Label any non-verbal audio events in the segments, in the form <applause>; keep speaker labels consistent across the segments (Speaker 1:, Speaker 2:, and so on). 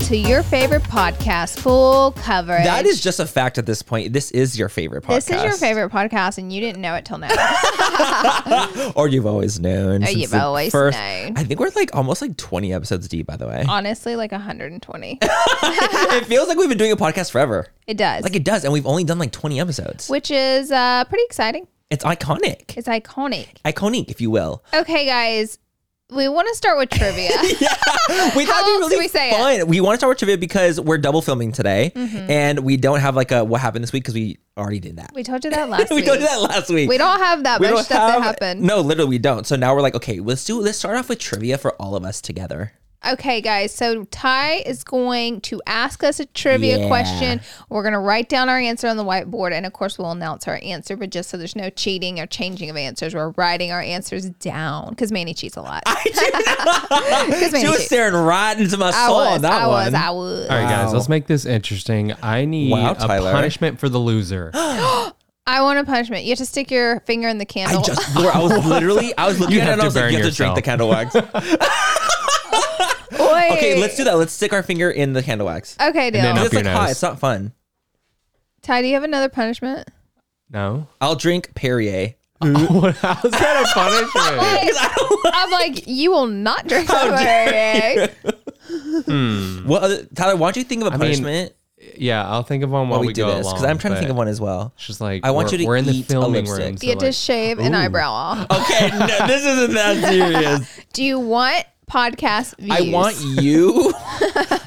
Speaker 1: to your favorite podcast, full coverage.
Speaker 2: That is just a fact at this point. This is your favorite podcast.
Speaker 1: This is your favorite podcast, and you didn't know it till now.
Speaker 2: <laughs> Or you've always known. since
Speaker 1: Oh, you've
Speaker 2: the
Speaker 1: always known.
Speaker 2: I think we're like almost like 20 episodes deep, by
Speaker 1: <laughs>
Speaker 2: the way.
Speaker 1: Honestly, like 120.
Speaker 2: it feels like we've been doing a podcast forever.
Speaker 1: It does,
Speaker 2: Like it does. And we've only done like 20 episodes.
Speaker 1: which is uh, pretty exciting.
Speaker 2: It's iconic.
Speaker 1: It's iconic.
Speaker 2: Iconic, if
Speaker 1: <gasps>
Speaker 2: you will.
Speaker 1: Okay, guys, we want to start with
Speaker 2: <laughs>
Speaker 1: trivia.
Speaker 2: we thought
Speaker 1: else
Speaker 2: it'd be
Speaker 1: do
Speaker 2: really
Speaker 1: we say it? Mm-hmm.
Speaker 2: fun. We want to start with trivia because we're double filming today, and we don't have like a what happened this week because we already did that.
Speaker 1: we told you that last
Speaker 2: <laughs> we
Speaker 1: week.
Speaker 2: don't do that last week.
Speaker 1: We don't have that
Speaker 2: We
Speaker 1: much
Speaker 2: don't
Speaker 1: stuff
Speaker 2: have-
Speaker 1: that happened.
Speaker 2: No, literally, we don't. So now we're like, okay, let's do. Let's start off with trivia for all of us together.
Speaker 1: Okay, guys. So Ty is going to ask us a trivia
Speaker 2: Yeah.
Speaker 1: question. We're going to write down our answer on the whiteboard, and of course, we'll announce our answer. But just so there's no cheating or changing of answers, we're writing our answers down because Manny cheats a lot.
Speaker 2: <laughs>
Speaker 1: <laughs> Because
Speaker 2: She
Speaker 1: Manny
Speaker 2: was
Speaker 1: cheats.
Speaker 2: staring right into my
Speaker 1: I
Speaker 2: soul
Speaker 1: was.
Speaker 2: on that
Speaker 1: I
Speaker 2: one.
Speaker 1: was. I was.
Speaker 3: All right, guys,
Speaker 2: Wow.
Speaker 3: let's make this interesting. I need
Speaker 2: Wow,
Speaker 3: a
Speaker 2: Tyler.
Speaker 3: punishment for
Speaker 2: <gasps>
Speaker 3: the loser.
Speaker 1: I want a punishment. You have to stick your finger in the
Speaker 2: I
Speaker 1: candle.
Speaker 2: just, Laura, I was literally, I was looking
Speaker 3: You
Speaker 2: at it
Speaker 3: have
Speaker 2: and I
Speaker 3: to
Speaker 2: was like, <laughs>
Speaker 3: burn
Speaker 2: you have to drink
Speaker 3: yourself.
Speaker 2: the
Speaker 1: <laughs>
Speaker 2: candle wax.
Speaker 1: Wait.
Speaker 2: okay, let's do that. Let's stick our finger in the candle wax.
Speaker 1: Okay, deal.
Speaker 3: then Up
Speaker 2: It's
Speaker 3: your
Speaker 2: like hot.
Speaker 3: nose.
Speaker 2: It's not fun.
Speaker 1: Ty, do you have another punishment?
Speaker 3: No?
Speaker 2: I'll drink Perrier.
Speaker 3: <laughs> What- How's that
Speaker 2: <laughs>
Speaker 3: a punishment?
Speaker 1: <laughs> I'm like, you will not drink that.
Speaker 2: What other, Tyler? Why don't you think of a
Speaker 3: mean,
Speaker 2: punishment
Speaker 3: yeah, I'll think of one while
Speaker 2: while
Speaker 3: we,
Speaker 2: we do
Speaker 3: go
Speaker 2: this? Because
Speaker 3: along,
Speaker 2: I'm trying to think
Speaker 3: but
Speaker 2: of one as well.
Speaker 3: It's just like
Speaker 2: I want
Speaker 3: we're-
Speaker 2: you to
Speaker 3: We're in the
Speaker 2: eat a
Speaker 3: filming
Speaker 2: lipstick.
Speaker 3: room. So
Speaker 1: You have to
Speaker 3: like-
Speaker 1: shave an eyebrow off.
Speaker 2: Okay, no, this isn't that <laughs> serious.
Speaker 1: Do you want podcast views?
Speaker 2: I want
Speaker 1: <laughs>
Speaker 2: you.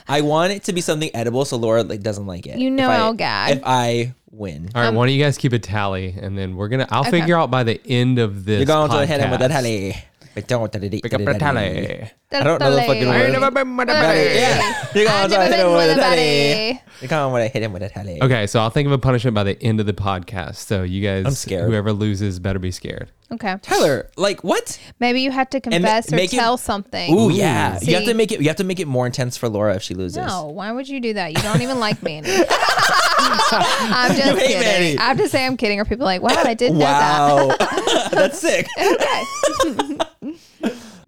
Speaker 2: I want it to be something edible, so Laura like doesn't like it.
Speaker 1: You know
Speaker 2: If I-
Speaker 1: I'll gag.
Speaker 2: if I win.
Speaker 3: All right, why don't you guys keep a tally, and then we're gonna. I'll figure out by the end of this.
Speaker 2: You're going to hit him with a
Speaker 3: podcast.
Speaker 2: tally. But don't tally.
Speaker 3: Pick up a tally.
Speaker 2: I don't know the fucking
Speaker 3: I ain't
Speaker 2: word.
Speaker 3: never been with a
Speaker 1: Tally.
Speaker 3: buddy.
Speaker 2: Yeah, you're
Speaker 1: I've
Speaker 2: going to
Speaker 1: never
Speaker 2: hit
Speaker 1: been
Speaker 2: him with
Speaker 1: with
Speaker 2: a
Speaker 1: a
Speaker 2: tally.
Speaker 1: buddy.
Speaker 2: You're going to hit him with a tally.
Speaker 3: Okay, so I'll think of a punishment by the end of the podcast. So you guys,
Speaker 2: I'm scared.
Speaker 3: whoever loses, better be scared.
Speaker 1: Okay.
Speaker 2: Tyler, like what?
Speaker 1: Maybe you had to confess or
Speaker 2: make it-
Speaker 1: tell something.
Speaker 2: Ooh, yeah.
Speaker 1: See?
Speaker 2: You have to make it. You have to make it more intense for Laura if she loses.
Speaker 1: No, why would you do that? You don't even like
Speaker 2: <laughs>
Speaker 1: Manny. I'm just
Speaker 2: You hate
Speaker 1: kidding.
Speaker 2: Manny.
Speaker 1: I have to say I'm kidding, or people are like, wow, I didn't
Speaker 2: Wow, that's sick.
Speaker 1: know that. Okay. <laughs>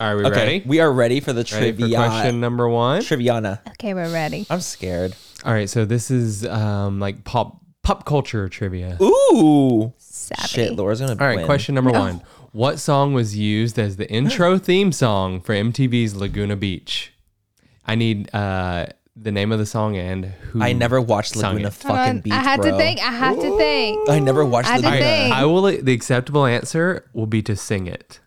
Speaker 3: Are we ready?
Speaker 2: we uh, are ready for the
Speaker 3: Ready for question
Speaker 2: trivia.
Speaker 3: number one.
Speaker 2: Triviana.
Speaker 1: Okay, we're ready.
Speaker 2: I'm scared.
Speaker 3: All right, so this is um like pop pop culture trivia.
Speaker 2: Ooh.
Speaker 1: Savvy.
Speaker 2: Shit, Laura's gonna.
Speaker 3: All right,
Speaker 2: win.
Speaker 3: question number one. What song was used as
Speaker 2: <gasps>
Speaker 3: the intro theme song for MTV's Laguna Beach? I need uh the name of the song and who
Speaker 2: I never watched
Speaker 3: Sung
Speaker 2: Laguna
Speaker 3: it.
Speaker 1: Hold
Speaker 2: fucking
Speaker 1: on.
Speaker 2: Beach.
Speaker 1: I had
Speaker 2: bro.
Speaker 1: to think. I have to think.
Speaker 2: I never watched
Speaker 1: I had to
Speaker 3: All
Speaker 2: Laguna.
Speaker 3: right,
Speaker 1: think.
Speaker 3: I will the acceptable answer will be to sing it.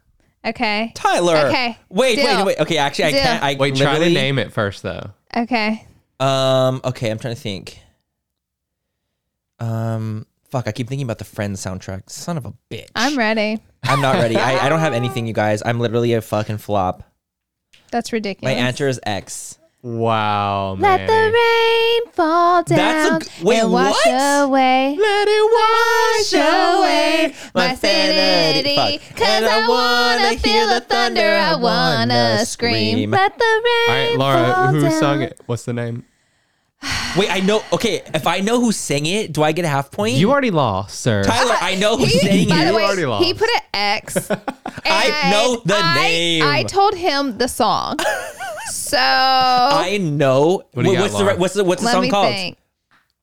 Speaker 1: Okay.
Speaker 2: Tyler.
Speaker 1: Okay.
Speaker 2: Wait, wait,
Speaker 1: Deal.
Speaker 2: wait. Okay, actually, I
Speaker 1: Deal.
Speaker 2: can't. I
Speaker 3: Wait, try to
Speaker 2: literally-
Speaker 3: name it first though.
Speaker 1: Okay.
Speaker 2: Um. Okay, I'm trying to think. Um. Fuck, I keep thinking about the Friends soundtrack. Son of a bitch.
Speaker 1: I'm ready.
Speaker 2: I'm not ready. I, I
Speaker 1: <laughs>
Speaker 2: don't have anything, you guys. I'm literally a fucking flop.
Speaker 1: That's
Speaker 2: My
Speaker 1: ridiculous.
Speaker 2: answer is X.
Speaker 3: Wow,
Speaker 1: Let the
Speaker 3: Manny.
Speaker 1: rain fall down
Speaker 2: That's a g- wait,
Speaker 1: and wash
Speaker 2: what?
Speaker 1: away.
Speaker 2: Let it wash
Speaker 1: away my sanity.
Speaker 2: Fuck.
Speaker 1: 'Cause
Speaker 2: And
Speaker 1: I wanna feel the thunder. I wanna scream. Let the
Speaker 3: All
Speaker 1: rain
Speaker 3: right, Laura,
Speaker 1: fall
Speaker 3: who
Speaker 1: down.
Speaker 3: sung it? What's the name?
Speaker 2: Wait, I know. Okay, if I know who sang it, do I get a half point?
Speaker 3: You already lost, sir.
Speaker 2: Tyler, I know
Speaker 1: <laughs>
Speaker 2: who
Speaker 1: He- <laughs>
Speaker 2: sang
Speaker 1: by
Speaker 2: it.
Speaker 1: the
Speaker 3: <laughs> You already
Speaker 1: way,
Speaker 3: lost.
Speaker 1: he put an
Speaker 3: <laughs>
Speaker 1: X.
Speaker 2: I know the
Speaker 1: and I-
Speaker 2: name.
Speaker 1: I told him the
Speaker 2: <laughs>
Speaker 1: song. So
Speaker 2: I know.
Speaker 3: What do you got,
Speaker 2: what's,
Speaker 3: Laura?
Speaker 2: the, what's the what's
Speaker 1: oh.
Speaker 2: the
Speaker 1: let
Speaker 2: song
Speaker 1: me
Speaker 2: called?
Speaker 1: think.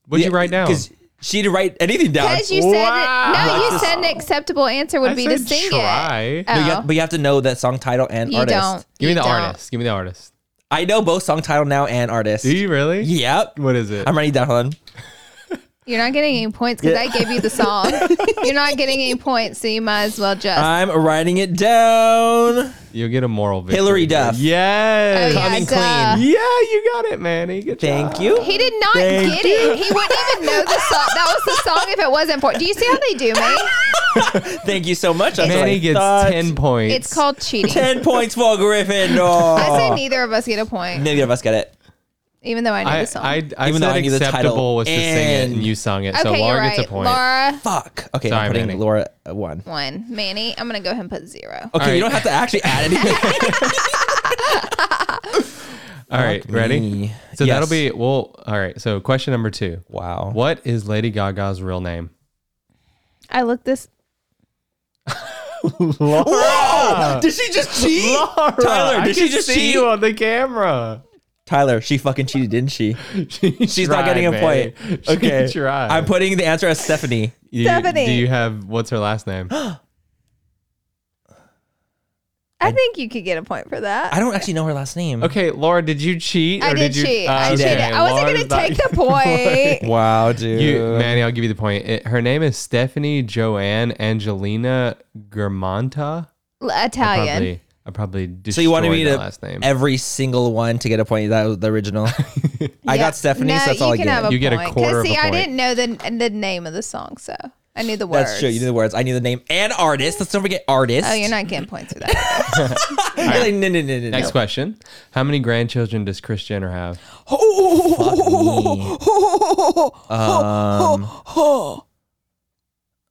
Speaker 3: What'd you write down?
Speaker 2: Because she didn't write anything down.
Speaker 1: Because you said
Speaker 3: Wow.
Speaker 1: no, you said an acceptable answer would
Speaker 3: I
Speaker 1: be to
Speaker 3: said
Speaker 1: sing
Speaker 3: try.
Speaker 1: it.
Speaker 2: but, you
Speaker 1: Oh,
Speaker 2: have, but you have to know that song title and
Speaker 1: you
Speaker 2: artist.
Speaker 1: don't.
Speaker 3: Give me
Speaker 1: You
Speaker 3: the
Speaker 1: don't.
Speaker 3: artist. Give me the artist.
Speaker 2: I know both song title now and artist.
Speaker 3: Do you really?
Speaker 2: Yep.
Speaker 3: What is it?
Speaker 2: I'm writing it down. Hold on.
Speaker 1: You're not getting any points because I gave you the
Speaker 2: <laughs>
Speaker 1: song. You're not getting any points, so you might as well just.
Speaker 2: I'm writing it down.
Speaker 3: You'll get a moral victory.
Speaker 2: Hillary
Speaker 3: here.
Speaker 2: Duff.
Speaker 1: Oh,
Speaker 3: Yes.
Speaker 1: yeah.
Speaker 2: Coming
Speaker 1: duh.
Speaker 2: clean.
Speaker 3: Yeah, you got it, Manny. Good
Speaker 2: Thank
Speaker 3: job.
Speaker 2: you.
Speaker 1: he did not
Speaker 2: Thank
Speaker 1: get it. He wouldn't even know the song. That was the song if it wasn't for. Do you see how they do me?
Speaker 2: Thank you so much. That's what I
Speaker 3: Manny gets <laughs>
Speaker 2: thought.
Speaker 3: 10 points.
Speaker 1: It's called cheating.
Speaker 2: 10 points for Gryffindor. <laughs>
Speaker 1: I say neither of us get a point,
Speaker 2: Neither of us got it.
Speaker 1: even though I knew
Speaker 3: I,
Speaker 1: the song.
Speaker 3: I, I
Speaker 2: Even though
Speaker 3: said
Speaker 2: I knew the title
Speaker 3: acceptable was to sing it and
Speaker 2: and-
Speaker 3: you sung it.
Speaker 1: okay,
Speaker 3: so
Speaker 1: you're
Speaker 3: Laura
Speaker 1: right.
Speaker 3: gets a point.
Speaker 1: Laura
Speaker 2: Fuck. Okay,
Speaker 3: Sorry,
Speaker 2: I'm putting
Speaker 3: Manny.
Speaker 2: Laura at one. Okay,
Speaker 1: one, Manny. I'm gonna go ahead and put zero.
Speaker 3: right.
Speaker 2: you don't have to actually <laughs> add anything.
Speaker 3: All right, ready?
Speaker 2: me.
Speaker 3: So
Speaker 2: Yes.
Speaker 3: that'll be, well, all right. So question number two
Speaker 2: wow.
Speaker 3: What is Lady Gaga's real
Speaker 2: <laughs>
Speaker 3: name?
Speaker 1: I looked this.
Speaker 2: Whoa! Did she just cheat? Tyler,
Speaker 3: I
Speaker 2: did she
Speaker 3: can
Speaker 2: just
Speaker 3: see
Speaker 2: cheat?
Speaker 3: you on the camera? <laughs>
Speaker 2: Tyler, she fucking cheated, didn't she? She's not getting a point. Okay.
Speaker 3: Try.
Speaker 2: I'm putting the answer as Stephanie.
Speaker 1: Stephanie.
Speaker 3: Do you have, what's her last name?
Speaker 1: I think you could get a point for that.
Speaker 2: I don't actually know her last name.
Speaker 3: Okay, Laura, did you cheat?
Speaker 1: I
Speaker 3: or
Speaker 1: did,
Speaker 3: you,
Speaker 1: cheat. I
Speaker 3: Ah,
Speaker 1: cheated.
Speaker 3: okay,
Speaker 1: I wasn't
Speaker 3: Laura's
Speaker 1: gonna
Speaker 3: not- <laughs>
Speaker 1: take the point.
Speaker 2: Wow, dude.
Speaker 3: You, Manny, I'll give you the point. It, her name is Stephanie Joanne Angelina Germanta.
Speaker 1: L-
Speaker 3: I
Speaker 1: Italian.
Speaker 3: probably, I probably
Speaker 2: so you wanted me
Speaker 3: destroyed
Speaker 2: to
Speaker 3: that last name.
Speaker 2: every single one to get a point. That was the
Speaker 3: <laughs>
Speaker 2: original. I
Speaker 1: Yeah.
Speaker 2: got Stephanie,
Speaker 1: No,
Speaker 2: so that's all I
Speaker 1: you can
Speaker 2: get.
Speaker 1: have
Speaker 3: You get a
Speaker 1: point. 'Cause
Speaker 3: quarter of a
Speaker 1: see, I didn't
Speaker 3: point.
Speaker 1: know the the name of the song, so I knew the words.
Speaker 2: That's true. You knew the words. I knew the name and artist. Let's don't forget artist.
Speaker 1: Oh, you're not getting points for that.
Speaker 2: <laughs> You're like, no, no, no, no,
Speaker 3: Next
Speaker 2: no.
Speaker 3: question: How many grandchildren does Chris Jenner have?
Speaker 2: <laughs> Um, uh,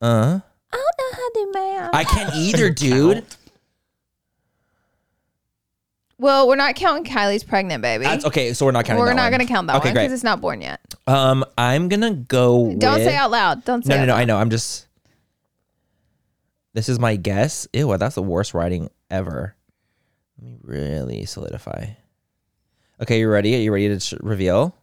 Speaker 1: I don't know how to do math.
Speaker 2: I can't
Speaker 1: <laughs>
Speaker 2: either, dude.
Speaker 1: well, we're not counting Kylie's pregnant baby.
Speaker 2: That's okay. So we're not counting.
Speaker 1: we're
Speaker 2: that
Speaker 1: not
Speaker 2: one.
Speaker 1: going to count that
Speaker 2: okay,
Speaker 1: one
Speaker 2: great.
Speaker 1: because it's not born yet.
Speaker 2: Um, I'm gonna go.
Speaker 1: Don't
Speaker 2: with-
Speaker 1: say out loud. Don't say
Speaker 2: No, no,
Speaker 1: out
Speaker 2: no.
Speaker 1: loud.
Speaker 2: I know. I'm just. This is my guess. Ew, that's the worst writing ever. Let me really solidify. Okay, you ready? Are you ready to sh- reveal?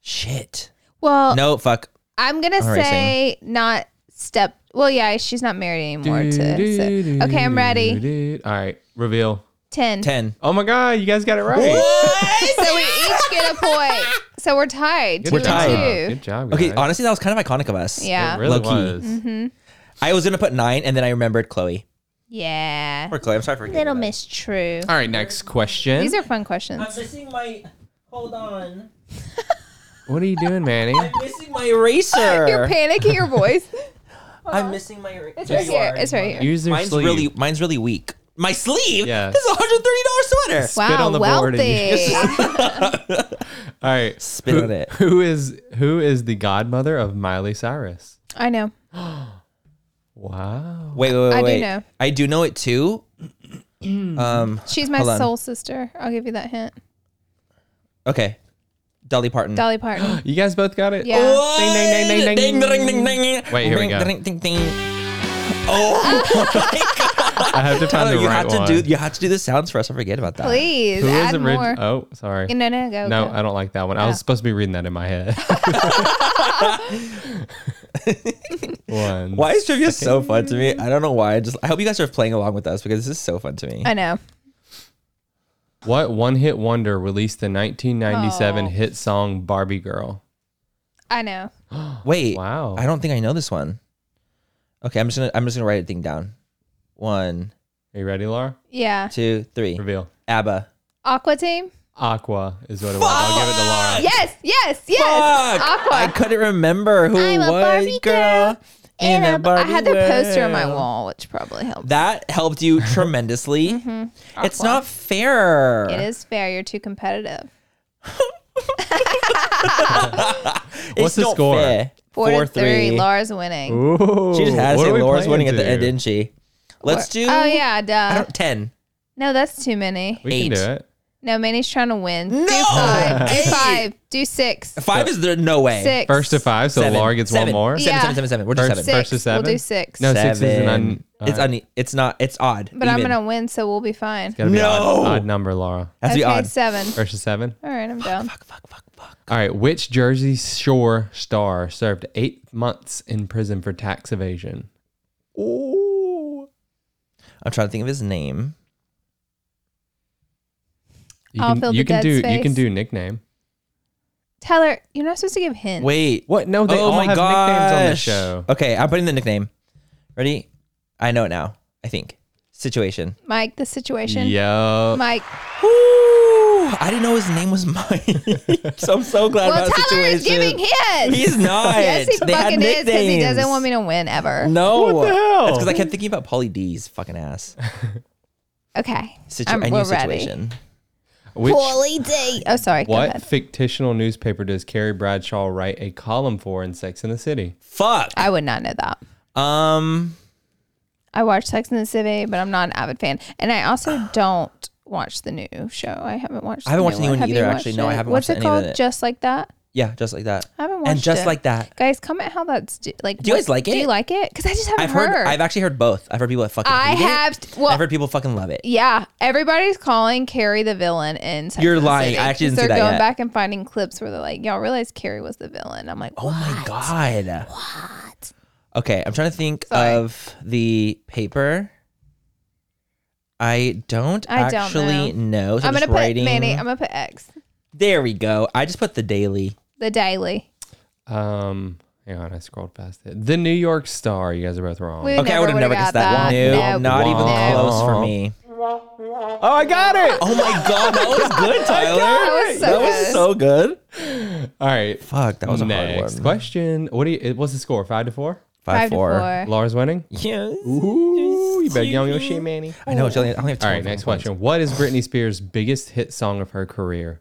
Speaker 2: Shit.
Speaker 1: Well,
Speaker 2: No, fuck.
Speaker 1: I'm going to
Speaker 2: All right,
Speaker 1: say not step. Well, yeah, she's not married anymore. To, so- Okay, I'm ready.
Speaker 3: All right, reveal.
Speaker 1: 10.
Speaker 2: 10.
Speaker 3: Oh my God, you guys got it right.
Speaker 1: So we each get a
Speaker 2: <laughs>
Speaker 1: point. So we're tied.
Speaker 3: Good
Speaker 1: Two
Speaker 2: We're
Speaker 1: and
Speaker 3: job.
Speaker 2: tied.
Speaker 1: two.
Speaker 3: Good job.
Speaker 2: Okay,
Speaker 3: guys.
Speaker 2: honestly, that was kind of iconic of us.
Speaker 1: Yeah.
Speaker 3: It really
Speaker 2: Low key.
Speaker 3: was.
Speaker 1: Mm-hmm.
Speaker 2: I was gonna put nine, and then I remembered Chloe.
Speaker 1: Yeah.
Speaker 2: Or Chloe. I'm sorry for
Speaker 1: Little Miss True.
Speaker 3: All right, next question.
Speaker 1: These are fun questions.
Speaker 2: missing my. Hold on.
Speaker 3: what are you doing, Manny?
Speaker 2: missing my eraser.
Speaker 1: You're panicking your
Speaker 2: <laughs>
Speaker 1: voice.
Speaker 2: I'm missing my eraser.
Speaker 1: It's right here. It's right here.
Speaker 3: Use your
Speaker 2: Mine's
Speaker 3: sleeve.
Speaker 2: really, mine's really weak. My sleeve.
Speaker 3: Yeah.
Speaker 2: This is a hundred thirty dollar sweater.
Speaker 3: Spit
Speaker 1: Wow,
Speaker 3: on the board and
Speaker 1: wealthy.
Speaker 2: <laughs>
Speaker 3: All right,
Speaker 2: Spit
Speaker 3: who-
Speaker 2: on it.
Speaker 3: Who is who is the godmother of Miley Cyrus?
Speaker 1: I know.
Speaker 3: Wow.
Speaker 2: Wait, wait, wait.
Speaker 1: I do
Speaker 2: wait.
Speaker 1: know.
Speaker 2: I do know it too.
Speaker 3: Mm.
Speaker 2: um.
Speaker 1: She's my
Speaker 2: Hold on.
Speaker 1: soul sister. I'll give you that hint.
Speaker 2: Okay. Dolly Parton.
Speaker 1: Dolly
Speaker 2: <gasps>
Speaker 1: Parton.
Speaker 3: You guys both got it? Oh,
Speaker 1: Yeah.
Speaker 2: What?
Speaker 3: Ding, ding, ding,
Speaker 2: Ding,
Speaker 3: ding, ding.
Speaker 2: ding, ding, ding.
Speaker 3: Wait, here we go.
Speaker 2: Ding, ding, ding, ding. Oh my god.
Speaker 3: I have to find
Speaker 2: Tyler,
Speaker 3: the
Speaker 2: Oh, <laughs> you
Speaker 3: right
Speaker 2: have to
Speaker 3: one.
Speaker 2: do you have to do the sounds for us. I forget about that.
Speaker 1: Please
Speaker 3: Who is
Speaker 1: add
Speaker 3: orig-
Speaker 1: more.
Speaker 3: Oh, sorry.
Speaker 1: no, no, go.
Speaker 3: no,
Speaker 1: go.
Speaker 3: I don't like that one. I was supposed to be reading that in my head.
Speaker 2: <laughs>
Speaker 3: one.
Speaker 2: Why is trivia so fun to me? I don't know why. I just I hope you guys are playing along with us because this is so fun to me.
Speaker 1: I know.
Speaker 3: What one hit wonder released the
Speaker 1: Oh.
Speaker 3: 1997 hit song Barbie Girl?
Speaker 1: I know.
Speaker 2: Wait.
Speaker 3: Wow.
Speaker 2: I don't think I know this one. Okay, I'm just gonna I'm just gonna write a thing down. One,
Speaker 3: Are you ready, Laura?
Speaker 1: Yeah.
Speaker 2: two, three.
Speaker 3: Reveal.
Speaker 2: ABBA.
Speaker 1: Aqua Team.
Speaker 3: Aqua is what it was. I'll give it to Laura.
Speaker 1: Yes, yes, yes.
Speaker 2: Fuck! I
Speaker 1: Aqua.
Speaker 2: couldn't remember who
Speaker 1: I'm
Speaker 2: it
Speaker 1: a
Speaker 2: was,
Speaker 1: Barbie
Speaker 2: girl.
Speaker 1: girl
Speaker 2: In a
Speaker 1: I
Speaker 2: Barbie
Speaker 1: had their poster on my
Speaker 2: world.
Speaker 1: wall, which probably helped.
Speaker 2: That helped
Speaker 3: <laughs>
Speaker 2: you
Speaker 3: Mm-hmm.
Speaker 2: tremendously. It's
Speaker 1: Aqua.
Speaker 2: not fair.
Speaker 1: Mm-hmm. It is fair. You're too competitive.
Speaker 2: It's
Speaker 3: What's the
Speaker 2: not
Speaker 3: score?
Speaker 2: fair.
Speaker 1: Four, to three.
Speaker 2: three.
Speaker 1: Laura's winning.
Speaker 3: Ooh,
Speaker 2: She just had to
Speaker 3: what
Speaker 2: say
Speaker 3: are we
Speaker 2: Laura's
Speaker 3: playing
Speaker 2: winning at the
Speaker 3: to?
Speaker 2: end, didn't she? Let's do.
Speaker 1: Oh yeah,
Speaker 2: I
Speaker 1: duh.
Speaker 2: don't- Ten.
Speaker 1: No, that's too many.
Speaker 3: We
Speaker 2: Eight.
Speaker 3: can do it.
Speaker 1: No, Manny's trying to win.
Speaker 2: No!
Speaker 1: Do five.
Speaker 2: Eight.
Speaker 1: Do five. Do six.
Speaker 2: Five is there? No way.
Speaker 1: Six.
Speaker 3: First to five, so
Speaker 2: Seven.
Speaker 3: Laura gets
Speaker 2: Seven.
Speaker 3: one more.
Speaker 2: Seven,
Speaker 1: Yeah.
Speaker 2: seven, seven, seven. We're just
Speaker 3: First-
Speaker 2: seven.
Speaker 1: Six.
Speaker 3: Versus seven?
Speaker 1: We'll do six.
Speaker 3: No, six is an
Speaker 2: Seven.
Speaker 3: un- uh,
Speaker 2: It's
Speaker 3: alright.
Speaker 2: un. It's not. It's odd.
Speaker 1: But I'm
Speaker 2: even.
Speaker 1: gonna win, so we'll be fine.
Speaker 3: Gotta be odd-
Speaker 2: No!
Speaker 3: odd number, Laura.
Speaker 2: Has to
Speaker 1: okay,
Speaker 2: be odd.
Speaker 1: seven.
Speaker 3: Versus seven.
Speaker 1: All right, I'm down.
Speaker 2: Fuck. Fuck. Fuck. Fuck.
Speaker 3: All right. Which Jersey Shore star served eight months in prison for tax evasion?
Speaker 2: Ooh. I'm trying to think of his name.
Speaker 3: You
Speaker 1: I'll
Speaker 3: can,
Speaker 1: fill
Speaker 3: you
Speaker 1: the
Speaker 3: can
Speaker 1: dead
Speaker 3: do you
Speaker 1: space.
Speaker 3: can do nickname.
Speaker 1: Tyler, you're not supposed to give hints.
Speaker 2: Wait.
Speaker 3: What? No, they
Speaker 2: oh
Speaker 3: all
Speaker 2: my
Speaker 3: have
Speaker 2: gosh.
Speaker 3: nicknames on the show.
Speaker 2: Okay, I'm putting the nickname. Ready? I know it now. I think situation.
Speaker 1: Mike, the situation.
Speaker 3: Yo.
Speaker 1: Mike.
Speaker 2: Ooh, I didn't know his name was Mike. <laughs> so I'm so glad
Speaker 1: Well,
Speaker 2: about
Speaker 1: Tyler
Speaker 2: situation.
Speaker 1: is giving hints.
Speaker 2: He's
Speaker 1: <laughs>
Speaker 2: not.
Speaker 1: yes, he
Speaker 2: They had
Speaker 1: fucking is because he
Speaker 2: nicknames.
Speaker 1: doesn't want me to win ever.
Speaker 2: No.
Speaker 3: What the hell?
Speaker 2: That's because I kept thinking about Polly D's fucking ass.
Speaker 1: Okay.
Speaker 2: Situ-
Speaker 1: I'm-
Speaker 2: I knew
Speaker 1: we're ready.
Speaker 2: situation.
Speaker 3: Which
Speaker 1: D. Oh, sorry. Go
Speaker 3: what
Speaker 1: ahead.
Speaker 3: fictional newspaper does Carrie Bradshaw write a column for in Sex and the City?
Speaker 2: Fuck.
Speaker 1: I would not know that.
Speaker 2: Um.
Speaker 1: I watch Sex and the City, but I'm not an avid fan, and I
Speaker 2: <sighs>
Speaker 1: also don't watch the new show. I haven't watched.
Speaker 2: I haven't
Speaker 1: the
Speaker 2: watched
Speaker 1: new
Speaker 2: the new one
Speaker 1: Have you
Speaker 2: either,
Speaker 1: watched
Speaker 2: actually. No, I
Speaker 1: it?
Speaker 2: haven't
Speaker 1: What's
Speaker 2: watched
Speaker 1: it
Speaker 2: any of
Speaker 1: called?
Speaker 2: it.
Speaker 1: Just like that.
Speaker 2: Yeah, just like that.
Speaker 1: I haven't watched
Speaker 2: And just
Speaker 1: it.
Speaker 2: like that.
Speaker 1: Guys, comment how that's d- like.
Speaker 2: Do you guys
Speaker 1: what-
Speaker 2: like
Speaker 1: Do
Speaker 2: it?
Speaker 1: you like it? Because I just haven't
Speaker 2: I've heard, I've actually heard both. I've heard people that fucking.
Speaker 1: I
Speaker 2: hate
Speaker 1: have-
Speaker 2: It,
Speaker 1: well-
Speaker 2: I've heard people fucking love it.
Speaker 1: yeah, everybody's calling Carrie the villain in. Sex
Speaker 2: You're
Speaker 1: and the
Speaker 2: lying.
Speaker 1: City
Speaker 2: I actually
Speaker 1: 'cause
Speaker 2: didn't see
Speaker 1: They're
Speaker 2: that
Speaker 1: going
Speaker 2: yet.
Speaker 1: back and finding clips where they're like, "Y'all realize Carrie was the villain?" I'm like,
Speaker 2: Oh my god. What? Okay, I'm trying to think
Speaker 1: Sorry.
Speaker 2: of the paper. I don't
Speaker 1: I don't
Speaker 2: actually know. so
Speaker 1: I'm gonna
Speaker 2: just
Speaker 1: put
Speaker 2: writing.
Speaker 1: Manny. um, I'm gonna put X.
Speaker 2: There we go. I just put the daily.
Speaker 1: The Daily.
Speaker 3: Um, hang on, I scrolled past it. The New York Star. You guys are both wrong.
Speaker 1: We
Speaker 2: Okay, I would have
Speaker 1: would've
Speaker 2: never
Speaker 1: got
Speaker 2: guessed that.
Speaker 1: that.
Speaker 2: No, not even
Speaker 1: Nope.
Speaker 2: close for me.
Speaker 3: Oh, I got it.
Speaker 2: Oh my <laughs> god, that was
Speaker 1: <laughs>
Speaker 2: good, Tyler.
Speaker 1: That was so
Speaker 2: that was
Speaker 1: good.
Speaker 2: so good.
Speaker 3: All right.
Speaker 2: Fuck, that was a
Speaker 3: Next
Speaker 2: hard one.
Speaker 3: question. What do you? What's the score? Five to four.
Speaker 1: Five to four.
Speaker 3: Laura's winning.
Speaker 2: Yes.
Speaker 3: Ooh, you better get on your shit, Manny.
Speaker 2: I know. It's only, I only have
Speaker 3: All right,
Speaker 2: 12
Speaker 3: next
Speaker 2: points.
Speaker 3: question. What is Britney Spears' biggest hit song of her career?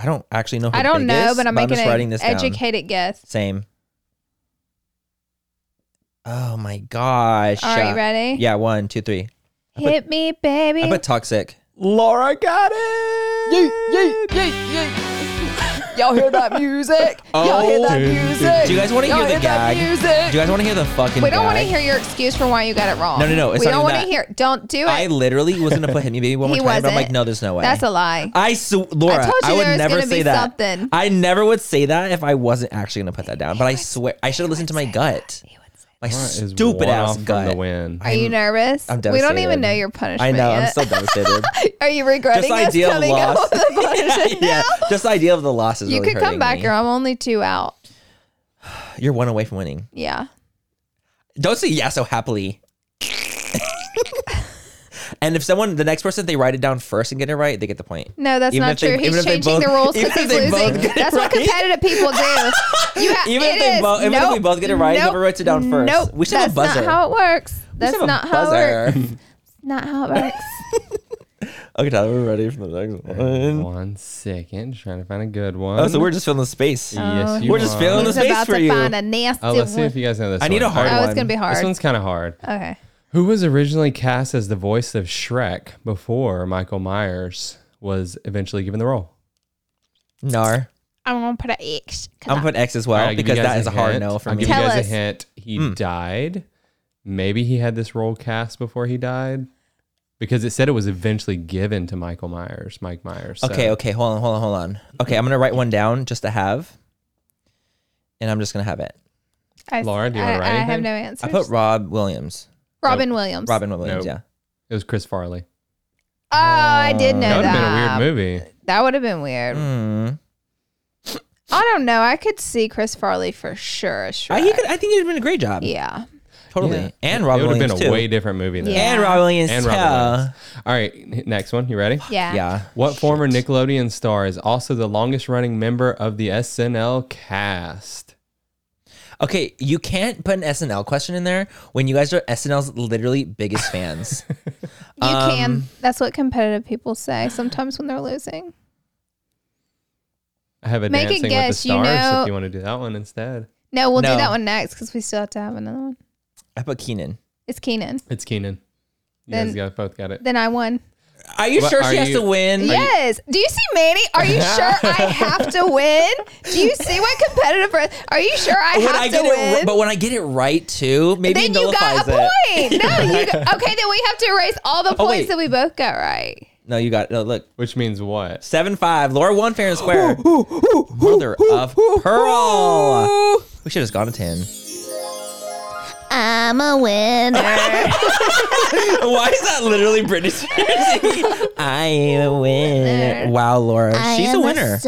Speaker 2: I don't actually know. Her
Speaker 1: I don't know,
Speaker 2: biggest,
Speaker 1: but I'm
Speaker 2: just
Speaker 1: making
Speaker 2: writing
Speaker 1: an
Speaker 2: this down.
Speaker 1: educated guess.
Speaker 2: Same. Oh my gosh.
Speaker 1: Are
Speaker 2: Uh,
Speaker 1: you ready?
Speaker 2: Yeah, one, two, three. I put-
Speaker 1: Hit me, baby.
Speaker 2: I put toxic.
Speaker 3: Laura got it.
Speaker 1: Y'all hear that music?
Speaker 2: Y'all hear that
Speaker 3: music?
Speaker 2: Oh. Do you guys want
Speaker 1: Oh,
Speaker 2: to hear the gag? Do you guys want to hear the fucking
Speaker 1: we don't want to
Speaker 2: gag?
Speaker 1: hear your excuse for why you got it wrong.
Speaker 2: No, no, no, it's
Speaker 1: we
Speaker 2: not
Speaker 1: don't
Speaker 2: even
Speaker 1: want to
Speaker 2: that.
Speaker 1: hear. Don't do it.
Speaker 2: I literally was going to put Hit Me Baby one
Speaker 1: <laughs>
Speaker 2: more
Speaker 1: He
Speaker 2: time, but I'm like,
Speaker 1: wasn't.
Speaker 2: no, there's no way.
Speaker 1: That's a lie.
Speaker 2: I sw- Laura, I,
Speaker 1: I told you
Speaker 2: would
Speaker 1: there was
Speaker 2: never
Speaker 1: gonna
Speaker 2: say
Speaker 1: be
Speaker 2: that.
Speaker 1: something.
Speaker 2: I never would say that if I wasn't actually going to put that down. But I swear, I should have listened to my gut. My
Speaker 3: Is
Speaker 2: stupid
Speaker 3: one
Speaker 2: ass
Speaker 3: off from
Speaker 2: gut.
Speaker 3: the win.
Speaker 1: Are you nervous?
Speaker 2: I'm
Speaker 1: we don't even
Speaker 2: devastated.
Speaker 1: know your punishment.
Speaker 2: I know.
Speaker 1: Yet.
Speaker 2: I'm so devastated.
Speaker 1: <laughs> Are you regretting
Speaker 2: Just
Speaker 1: us
Speaker 2: idea of
Speaker 1: coming
Speaker 2: loss.
Speaker 1: up
Speaker 2: <laughs>
Speaker 1: with a punishment
Speaker 2: yeah, just the idea of the loss is
Speaker 1: You
Speaker 2: really
Speaker 1: could come
Speaker 2: hurting
Speaker 1: back
Speaker 2: me.
Speaker 1: here. I'm only two out.
Speaker 2: You're one away from winning.
Speaker 1: Yeah.
Speaker 2: Don't say yeah so happily. <laughs> and if someone, the next person, they write it down first and get it right, they get the point.
Speaker 1: No, that's
Speaker 2: Even
Speaker 1: not
Speaker 2: if they-
Speaker 1: true.
Speaker 2: even
Speaker 1: he's
Speaker 2: if they
Speaker 1: changing the rules
Speaker 2: both-
Speaker 1: because
Speaker 2: <laughs> even if
Speaker 1: he's
Speaker 2: they both
Speaker 1: losing.
Speaker 2: get it
Speaker 1: That's what
Speaker 2: right.
Speaker 1: competitive people
Speaker 2: <laughs>
Speaker 1: do. You ha-
Speaker 2: Even if
Speaker 1: it
Speaker 2: they
Speaker 1: is.
Speaker 2: both- even if we
Speaker 1: Nope.
Speaker 2: both get it right, whoever
Speaker 1: Nope.
Speaker 2: writes it down first.
Speaker 1: Nope.
Speaker 2: We should have a
Speaker 1: That's
Speaker 2: buzzer.
Speaker 1: not how it works.
Speaker 2: Let's
Speaker 1: That's
Speaker 2: have a
Speaker 1: not how it
Speaker 2: buzzer.
Speaker 1: works. Not how it works.
Speaker 2: <laughs> okay, Tyler, we're ready for the next one.
Speaker 3: One second, trying to find a good one.
Speaker 2: Oh, so we're just filling the space.
Speaker 1: Uh,
Speaker 3: yes, you
Speaker 2: We're just
Speaker 3: are.
Speaker 2: feeling
Speaker 1: He's
Speaker 2: the space
Speaker 1: about
Speaker 2: for
Speaker 1: to
Speaker 2: you.
Speaker 1: find a nasty
Speaker 3: Oh, let's see if
Speaker 1: one.
Speaker 3: you guys know this.
Speaker 2: I need a
Speaker 3: one.
Speaker 2: hard
Speaker 3: All
Speaker 1: Oh,
Speaker 2: one.
Speaker 1: it's gonna be
Speaker 3: This
Speaker 1: hard. Uh.
Speaker 3: one's kind of hard.
Speaker 1: okay.
Speaker 3: Who was originally cast as the voice of Shrek before Michael Myers was eventually given the role?
Speaker 2: Nar.
Speaker 1: I'm gonna put an X. 'cause
Speaker 2: I'm
Speaker 1: I-
Speaker 2: gonna put X as well
Speaker 3: I'll give you
Speaker 2: because
Speaker 3: guys
Speaker 2: that is a hard
Speaker 3: hint.
Speaker 2: no for
Speaker 3: I'll
Speaker 2: me. Hmm.
Speaker 3: give you
Speaker 1: Tell
Speaker 3: guys
Speaker 1: us.
Speaker 3: a hint. He died. Maybe he had this role cast before he died because it said it was eventually given to Michael Myers, Mike Myers. so-
Speaker 2: Okay, okay, hold on, hold on, hold on. Okay, I'm gonna write one down just to have, and I'm just gonna have it.
Speaker 1: I,
Speaker 3: Laura, do you
Speaker 1: I,
Speaker 3: wanna write
Speaker 1: I have
Speaker 3: anything?
Speaker 1: no answer.
Speaker 2: I put Rob Williams.
Speaker 1: Robin Williams.
Speaker 2: Robin Williams,
Speaker 3: Nope.
Speaker 2: yeah.
Speaker 3: It was Chris Farley.
Speaker 1: Oh, I did know
Speaker 3: That
Speaker 1: that.
Speaker 3: would have been
Speaker 1: uh,
Speaker 3: a weird movie.
Speaker 1: That would have been weird.
Speaker 2: Hmm.
Speaker 1: I don't know. I could see Chris Farley for sure. as
Speaker 2: I, Uh, he
Speaker 1: Shrek.
Speaker 2: could, I think he did a great job.
Speaker 1: yeah.
Speaker 2: totally.
Speaker 3: Yeah.
Speaker 2: And Robin
Speaker 3: it would have
Speaker 2: Williams
Speaker 3: been
Speaker 2: too.
Speaker 3: a way different movie. Though.
Speaker 1: Yeah.
Speaker 2: And Robin Williams.
Speaker 3: And Robin
Speaker 2: too.
Speaker 3: Williams. All right, n- next one. You ready?
Speaker 1: Yeah.
Speaker 2: Yeah.
Speaker 3: What former Nickelodeon star is also the longest running member of the SNL cast?
Speaker 2: Okay, you can't put an SNL question in there when you guys are SNL's literally
Speaker 3: <laughs>
Speaker 2: biggest fans.
Speaker 1: You can. That's what competitive people say sometimes when they're losing.
Speaker 3: I have a
Speaker 1: Make a
Speaker 3: dancing with the
Speaker 1: guess, you
Speaker 3: stars
Speaker 1: know-
Speaker 3: if you want to do that one instead.
Speaker 1: No, we'll
Speaker 2: No.
Speaker 1: do that one next because we still have to have another one.
Speaker 2: I put Keenan.
Speaker 1: It's Keenan.
Speaker 3: It's Keenan. You
Speaker 1: Then-
Speaker 3: guys got, both got it.
Speaker 1: Then I won.
Speaker 2: Are you
Speaker 3: But
Speaker 2: sure
Speaker 3: are
Speaker 2: she has
Speaker 3: you-
Speaker 2: to win?
Speaker 1: yes. do you see Manny? Are you sure I have to win? Do you see what competitive? Are you sure I
Speaker 2: When
Speaker 1: have
Speaker 2: I
Speaker 1: to
Speaker 2: get it,
Speaker 1: win?
Speaker 2: ri- but when I get it right too, maybe
Speaker 1: then
Speaker 2: it
Speaker 1: you
Speaker 2: nullifies
Speaker 1: got a
Speaker 2: it.
Speaker 1: point. No,
Speaker 2: <laughs>
Speaker 1: you got, okay? Then we have to erase all the
Speaker 2: Oh,
Speaker 1: points
Speaker 2: wait.
Speaker 1: that we both got right.
Speaker 2: No, you got no. Look,
Speaker 3: Which means what?
Speaker 2: seven five. Laura won fair and square. Mother of pearl. We should have just gone to ten.
Speaker 1: I'm a
Speaker 2: Ah,
Speaker 1: winner.
Speaker 2: Why is that literally British? <laughs> I am a winner. Wow, Laura, she's a winner.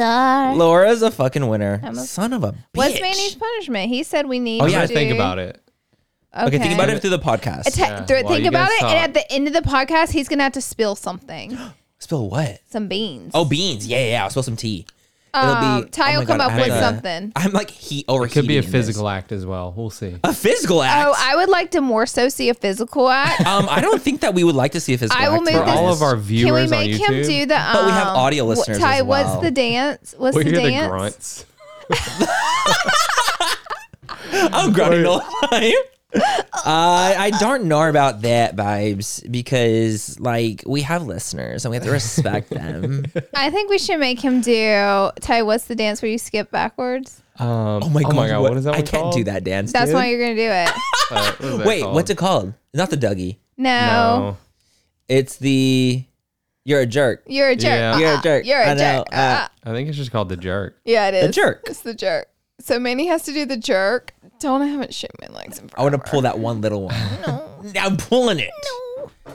Speaker 2: Laura's a fucking winner.
Speaker 1: a-
Speaker 2: Son of a bitch.
Speaker 1: What's Manny's punishment? He said we need.
Speaker 2: Oh,
Speaker 3: I'm
Speaker 2: yeah,
Speaker 3: gonna
Speaker 1: to
Speaker 3: think about it.
Speaker 2: okay, think about it through the podcast.
Speaker 1: Ta-
Speaker 3: Yeah,
Speaker 1: th-
Speaker 3: while
Speaker 1: think
Speaker 3: you
Speaker 1: about
Speaker 3: guys
Speaker 1: it, and
Speaker 3: talk.
Speaker 1: at the end of the podcast, he's gonna have to spill something, <gasps>
Speaker 2: Spill what?
Speaker 1: some beans.
Speaker 2: Oh, beans. Yeah, yeah, yeah. I'll spill some tea.
Speaker 1: Um, Ty
Speaker 2: oh
Speaker 1: will
Speaker 2: my
Speaker 1: come
Speaker 2: God,
Speaker 1: up
Speaker 2: I
Speaker 1: with
Speaker 2: gotta-
Speaker 1: something.
Speaker 2: I'm like heat over.
Speaker 3: Could be a physical act as well. We'll see.
Speaker 2: A physical act.
Speaker 1: Oh, I would like to more so see a physical act.
Speaker 2: <laughs>
Speaker 3: <laughs>
Speaker 2: um, I don't think that we would like to see a physical.
Speaker 1: I will
Speaker 2: act to
Speaker 1: move
Speaker 2: be
Speaker 3: For
Speaker 1: this-
Speaker 2: honest.
Speaker 3: all of <laughs> our
Speaker 1: Can we
Speaker 3: viewers on
Speaker 1: make him
Speaker 3: YouTube,
Speaker 1: do the? Um,
Speaker 2: But we have audio
Speaker 1: what-
Speaker 2: listeners
Speaker 1: Ty,
Speaker 2: as well.
Speaker 1: what's the dance? What's
Speaker 3: we
Speaker 1: the
Speaker 3: hear the
Speaker 1: dance?
Speaker 3: grunts.
Speaker 2: I'm grunting all the time.
Speaker 1: <laughs>
Speaker 2: Uh, I don't know about that vibes because like we have listeners and we have to respect them.
Speaker 1: I think we should make him do. Ty, what's the dance where you skip backwards?
Speaker 3: Um, oh my god! what is that?
Speaker 2: I
Speaker 3: one
Speaker 2: can't do
Speaker 3: called?
Speaker 2: that dance.
Speaker 1: That's
Speaker 2: dude.
Speaker 1: why you're gonna do
Speaker 3: <laughs>
Speaker 1: it.
Speaker 3: Uh, what is that
Speaker 2: Wait,
Speaker 3: called?
Speaker 2: what's it called? Not the Dougie.
Speaker 1: No,
Speaker 3: No.
Speaker 2: It's the you're a jerk.
Speaker 1: you're a jerk.
Speaker 3: Yeah.
Speaker 1: Uh-uh.
Speaker 2: You're a jerk.
Speaker 1: You're
Speaker 2: I
Speaker 1: a
Speaker 2: know.
Speaker 1: jerk.
Speaker 2: Uh,
Speaker 1: Uh-uh.
Speaker 3: I think it's just called the jerk.
Speaker 1: Yeah, it is.
Speaker 2: The jerk.
Speaker 1: It's the jerk. So Manny has to do the jerk. Don't I haven't shaped my legs in
Speaker 2: I
Speaker 1: front.
Speaker 2: want to pull that one little
Speaker 1: <laughs>
Speaker 2: one. No. <laughs> I'm pulling it.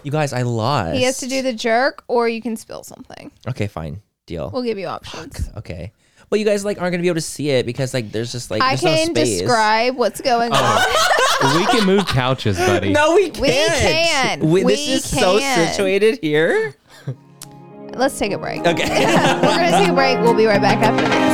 Speaker 2: You guys, I lost.
Speaker 1: He has to do the jerk, or you can spill something.
Speaker 2: Okay, fine. Deal.
Speaker 1: We'll give you options.
Speaker 2: okay. Well, you guys like aren't gonna be able to see it because like there's just like
Speaker 1: I
Speaker 2: there's no
Speaker 1: can
Speaker 2: space. Oh.
Speaker 1: describe what's going on.
Speaker 3: we can move couches, buddy.
Speaker 2: <laughs> No, we can't.
Speaker 1: We can.
Speaker 2: We- this
Speaker 1: We
Speaker 2: is so
Speaker 1: can.
Speaker 2: situated here.
Speaker 1: Let's take a break. <laughs>
Speaker 2: Okay. <laughs>
Speaker 1: We're gonna take a break. We'll be right back after this.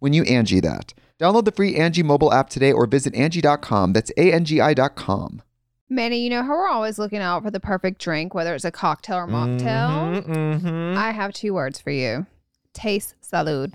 Speaker 4: when you Angie that. Download the free Angie mobile app today or visit Angie.com. That's A N G I.com.
Speaker 1: Manny, you know how we're always looking out for the perfect drink, whether it's a cocktail or mocktail.
Speaker 3: Mm-hmm,
Speaker 2: Mhm.
Speaker 1: I have two words for you: taste salud.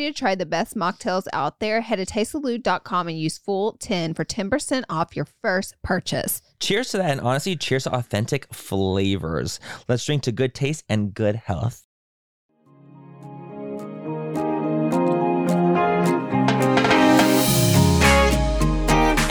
Speaker 1: to try the best mocktails out there, head to tastesalute.com and use full 10 for 10% off your first purchase.
Speaker 2: Cheers to that, and honestly, cheers to authentic flavors. Let's drink to good taste and good health.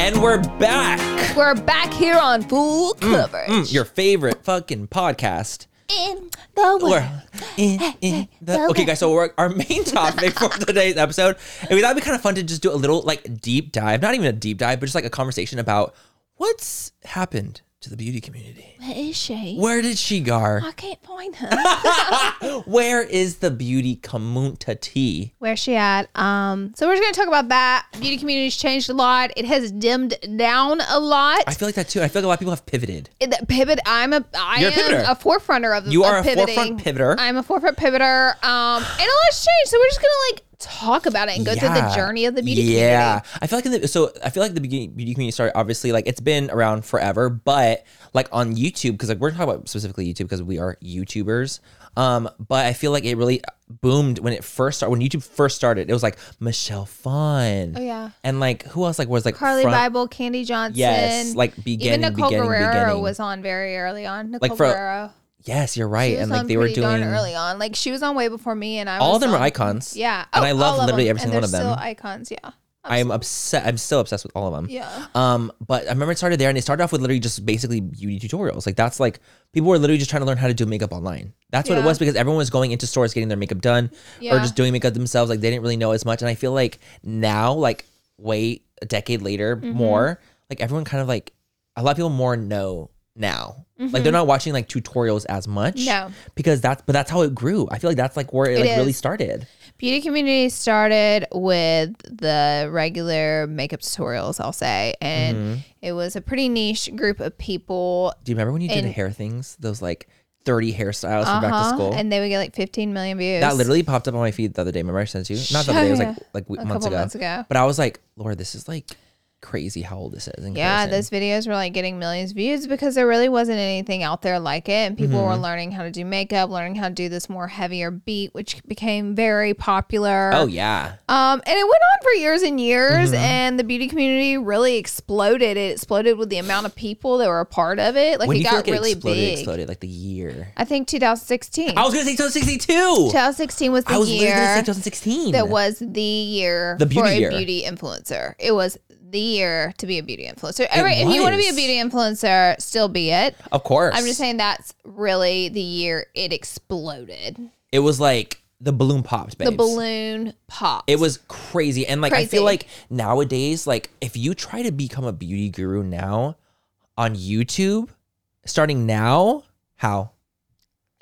Speaker 2: And we're back.
Speaker 1: We're back here on full coverage.
Speaker 2: Mm, your favorite fucking podcast.
Speaker 1: in the
Speaker 2: We're in- in the- okay, guys. So we're, our <laughs> main topic for today's episode, and we thought it'd be kind of fun to just do a little like deep dive. Not even a deep dive, but just like a conversation about what's happened to the beauty community.
Speaker 1: Where is she?
Speaker 2: Where did she go?
Speaker 1: I can't find her.
Speaker 2: Where is the beauty community?
Speaker 1: Where's she at? Um, so we're just gonna talk about that. Beauty community's changed a lot. It has dimmed down a lot.
Speaker 2: I feel like that too. I feel like a lot of people have pivoted.
Speaker 1: It- that pivot. I'm a. I
Speaker 2: You're a
Speaker 1: am
Speaker 2: pivoter.
Speaker 1: a forefronter of.
Speaker 2: You
Speaker 1: of
Speaker 2: are a
Speaker 1: pivoting.
Speaker 2: forefront pivoter.
Speaker 1: I'm a forefront pivoter. Um, and a lot's changed, so we're just gonna like talk about it and go through the
Speaker 2: Yeah.
Speaker 1: journey of the beauty
Speaker 2: yeah.
Speaker 1: community.
Speaker 2: I feel like in the, so I feel like the beauty beauty community started obviously like it's been around forever, but like on YouTube because like we're talking about specifically YouTube because we are YouTubers. Um, but I feel like it really boomed when it first started when YouTube first started. It was like Michelle Phan.
Speaker 1: Oh yeah.
Speaker 2: And like who else like was like
Speaker 1: Carly
Speaker 2: front-
Speaker 1: Bible, Candy Johnson.
Speaker 2: Yes, like
Speaker 1: Even
Speaker 2: beginning,
Speaker 1: Nicole
Speaker 2: beginning,
Speaker 1: Guerrero
Speaker 2: beginning.
Speaker 1: was on very early on. Nicole
Speaker 2: for-
Speaker 1: Guerrero.
Speaker 2: yes, you're
Speaker 1: She
Speaker 2: right.
Speaker 1: was
Speaker 2: And
Speaker 1: on
Speaker 2: like they were
Speaker 1: pretty darn
Speaker 2: doing
Speaker 1: early on. Like she was on way before me, and I was
Speaker 2: all of them are
Speaker 1: on-
Speaker 2: icons.
Speaker 1: Yeah, Oh,
Speaker 2: And I love
Speaker 1: all of
Speaker 2: literally
Speaker 1: them.
Speaker 2: every single
Speaker 1: And
Speaker 2: one of
Speaker 1: they're
Speaker 2: them.
Speaker 1: Still icons, yeah.
Speaker 2: I am upset. I'm still obsessed with all of them.
Speaker 1: Yeah.
Speaker 2: Um, but I remember it started there, and it started off with literally just basically beauty tutorials. Like that's like people were literally just trying to learn how to do makeup online. That's what
Speaker 1: Yeah.
Speaker 2: it was because everyone was going into stores getting their makeup done
Speaker 1: Yeah.
Speaker 2: or just doing makeup themselves. Like they didn't really know as much. And I feel like now, like wait a decade later,
Speaker 1: Mm-hmm.
Speaker 2: more like everyone kind of like a lot of people more know now. Like they're not watching like tutorials as much.
Speaker 1: Mm-hmm. No.
Speaker 2: because that's but that's how it grew. I feel like that's like where it,
Speaker 1: It
Speaker 2: like really
Speaker 1: is.
Speaker 2: started.
Speaker 1: Beauty community started with the regular makeup tutorials, I'll say, and
Speaker 2: Mm-hmm.
Speaker 1: it was a pretty niche group of people.
Speaker 2: Do you remember when you did
Speaker 1: And-
Speaker 2: hair things? Those like thirty hairstyles from back to
Speaker 1: Uh-huh.
Speaker 2: school.
Speaker 1: and they would get like 15 million views.
Speaker 2: That literally popped up on my feed the other day. Remember I sent you? Not the other day. It was like
Speaker 1: Sure.
Speaker 2: like we-
Speaker 1: a
Speaker 2: months
Speaker 1: couple
Speaker 2: ago.
Speaker 1: months ago.
Speaker 2: But I was like, Lord, this is like crazy how old this is. In
Speaker 1: Yeah,
Speaker 2: comparison.
Speaker 1: those videos were like getting millions of views because there really wasn't anything out there like it. And people
Speaker 2: Mm-hmm.
Speaker 1: were learning how to do makeup, learning how to do this more heavier beat, which became very popular.
Speaker 2: Oh Mm-hmm. yeah.
Speaker 1: Um, and it went on for years and years, and the beauty community really exploded. It exploded with the amount of people that were a part of it. Like
Speaker 2: when
Speaker 1: it
Speaker 2: you
Speaker 1: got
Speaker 2: feel like
Speaker 1: really
Speaker 2: it exploded,
Speaker 1: big.
Speaker 2: exploded like the year.
Speaker 1: I think 2016.
Speaker 2: I was gonna say 2062.
Speaker 1: 2016 was the
Speaker 2: I was literally
Speaker 1: year
Speaker 2: gonna say 2016.
Speaker 1: that was the year
Speaker 2: The
Speaker 1: for
Speaker 2: beauty
Speaker 1: a
Speaker 2: year.
Speaker 1: beauty influencer. It was the year to be a beauty influencer. Every,
Speaker 2: It
Speaker 1: if you want to be a
Speaker 2: was.
Speaker 1: beauty influencer, still be it.
Speaker 2: Of course.
Speaker 1: I'm just saying that's really the year it exploded.
Speaker 2: It was like the balloon popped, babes.
Speaker 1: The balloon popped.
Speaker 2: It was crazy. And like I
Speaker 1: Crazy.
Speaker 2: feel like nowadays, like if you try to become a beauty guru now on YouTube, starting now, how?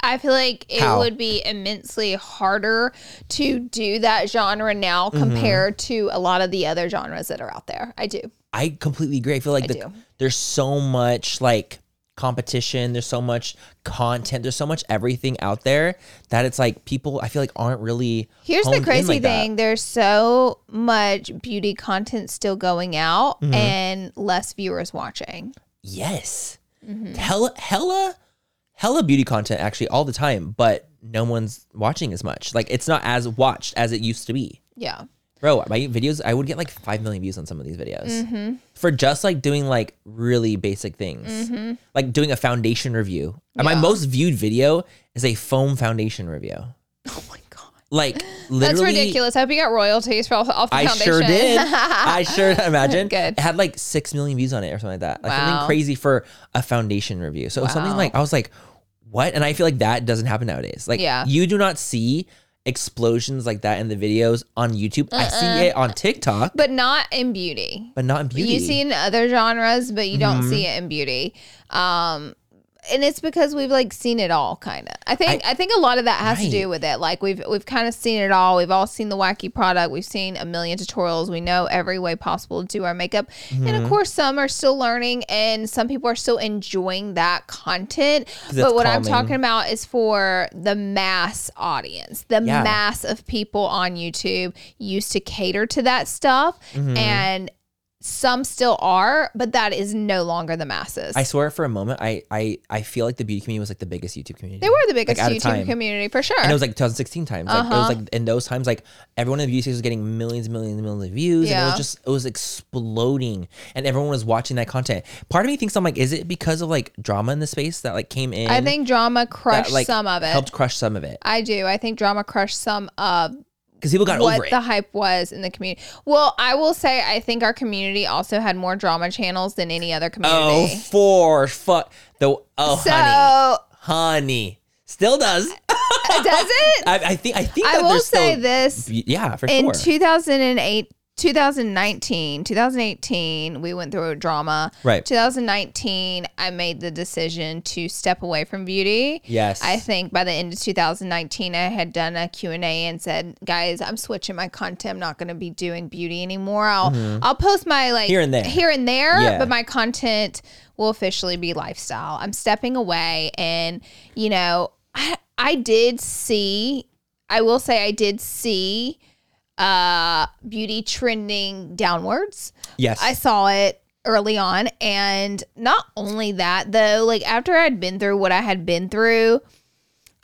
Speaker 1: I feel like it
Speaker 2: How?
Speaker 1: would be immensely harder to do that genre now
Speaker 2: Mm-hmm.
Speaker 1: compared to a lot of the other genres that are out there. I do.
Speaker 2: I completely agree. I feel like
Speaker 1: I
Speaker 2: the,
Speaker 1: do.
Speaker 2: there's so much like competition, there's so much content, there's so much everything out there that it's like people I feel like aren't really
Speaker 1: Here's
Speaker 2: honed
Speaker 1: the
Speaker 2: in
Speaker 1: crazy
Speaker 2: like that.
Speaker 1: thing there's so much beauty content still going out
Speaker 2: Mm-hmm.
Speaker 1: and less viewers watching.
Speaker 2: Yes.
Speaker 1: Mm-hmm.
Speaker 2: Hella hella hella beauty content actually all the time, but no one's watching as much. Like it's not as watched as it used to be.
Speaker 1: Yeah.
Speaker 2: Bro, my videos I would get like 5 million views on some of these videos.
Speaker 1: Mm-hmm.
Speaker 2: For just like doing like really basic things. Like doing a foundation review. And My
Speaker 1: Mm-hmm. Yeah.
Speaker 2: most viewed video is a foam foundation review.
Speaker 1: Oh my God.
Speaker 2: Like
Speaker 1: That's
Speaker 2: literally
Speaker 1: ridiculous. I hope you got royalties for off, off the
Speaker 2: I
Speaker 1: foundation.
Speaker 2: sure
Speaker 1: <laughs>
Speaker 2: did. I sure imagine.
Speaker 1: Good.
Speaker 2: It had like six million views on it or something like that. Like
Speaker 1: Wow.
Speaker 2: something crazy for a foundation review. So it was something
Speaker 1: Wow.
Speaker 2: like I was like, what? And I feel like that doesn't happen nowadays. Like
Speaker 1: Yeah.
Speaker 2: you do not see explosions like that in the videos on YouTube. I
Speaker 1: Uh-uh.
Speaker 2: see it on TikTok, but,
Speaker 1: but not in beauty.
Speaker 2: not in beauty. Mm-hmm.
Speaker 1: You see it in other genres, but you don't see it in beauty. Um, and it's because we've like seen it all kind of. I think I, think a lot of that has to do
Speaker 2: Right.
Speaker 1: with it. Like we've we've kind of seen it all. We've all seen the wacky product. We've seen a million tutorials. We know every way possible to do our makeup. And
Speaker 2: Mm-hmm.
Speaker 1: of course some are still learning and some people are still enjoying that content.
Speaker 2: it's
Speaker 1: But what I'm
Speaker 2: calming.
Speaker 1: talking about is for the mass audience. The
Speaker 2: Yeah.
Speaker 1: mass of people on YouTube used to cater to that stuff
Speaker 2: Mm-hmm.
Speaker 1: and some still are, but that is no longer the masses.
Speaker 2: I swear for a moment, I I I feel like the beauty community was like the biggest YouTube community.
Speaker 1: They were the biggest
Speaker 2: out of
Speaker 1: YouTube
Speaker 2: time.
Speaker 1: community for sure.
Speaker 2: And it was like 2016 times. Like it was
Speaker 1: Uh-huh.
Speaker 2: like in those times, like everyone in the beauty space was getting millions and millions and millions of views. And it
Speaker 1: Yeah.
Speaker 2: was just it was exploding. And everyone was watching that content. Part of me thinks I'm like, is it because of like drama in the space that like came in?
Speaker 1: I think drama crushed
Speaker 2: that, like,
Speaker 1: some of it.
Speaker 2: Helped crush some of it.
Speaker 1: I do. I think drama crushed some of
Speaker 2: Because people got
Speaker 1: what
Speaker 2: over it.
Speaker 1: the hype was in the community. Well, I will say I think our community also had more drama channels than any other
Speaker 2: oh,
Speaker 1: community.
Speaker 2: for fuck. The oh
Speaker 1: so
Speaker 2: <laughs> honey. Honey. Still
Speaker 1: <laughs>
Speaker 2: does.
Speaker 1: does it?
Speaker 2: <laughs> I, I think I think
Speaker 1: I
Speaker 2: that
Speaker 1: will
Speaker 2: there's
Speaker 1: say
Speaker 2: still-
Speaker 1: this
Speaker 2: Yeah, for
Speaker 1: in
Speaker 2: sure.
Speaker 1: 2008 2019 2018 we went through a drama
Speaker 2: Right.
Speaker 1: 2019 i made the decision to step away from beauty
Speaker 2: Yes.
Speaker 1: i think by the end of 2019 i had done a q&a and said guys i'm switching my content i'm not going to be doing beauty anymore i'll i'll post my like
Speaker 2: Mm-hmm. Here and there.
Speaker 1: here and there
Speaker 2: Yeah.
Speaker 1: but my content will officially be lifestyle i'm stepping away and you know i i did see i will say i did see uh beauty trending downwards.
Speaker 2: yes.
Speaker 1: I saw it early on and not only that though, like after I'd been through what I had been through,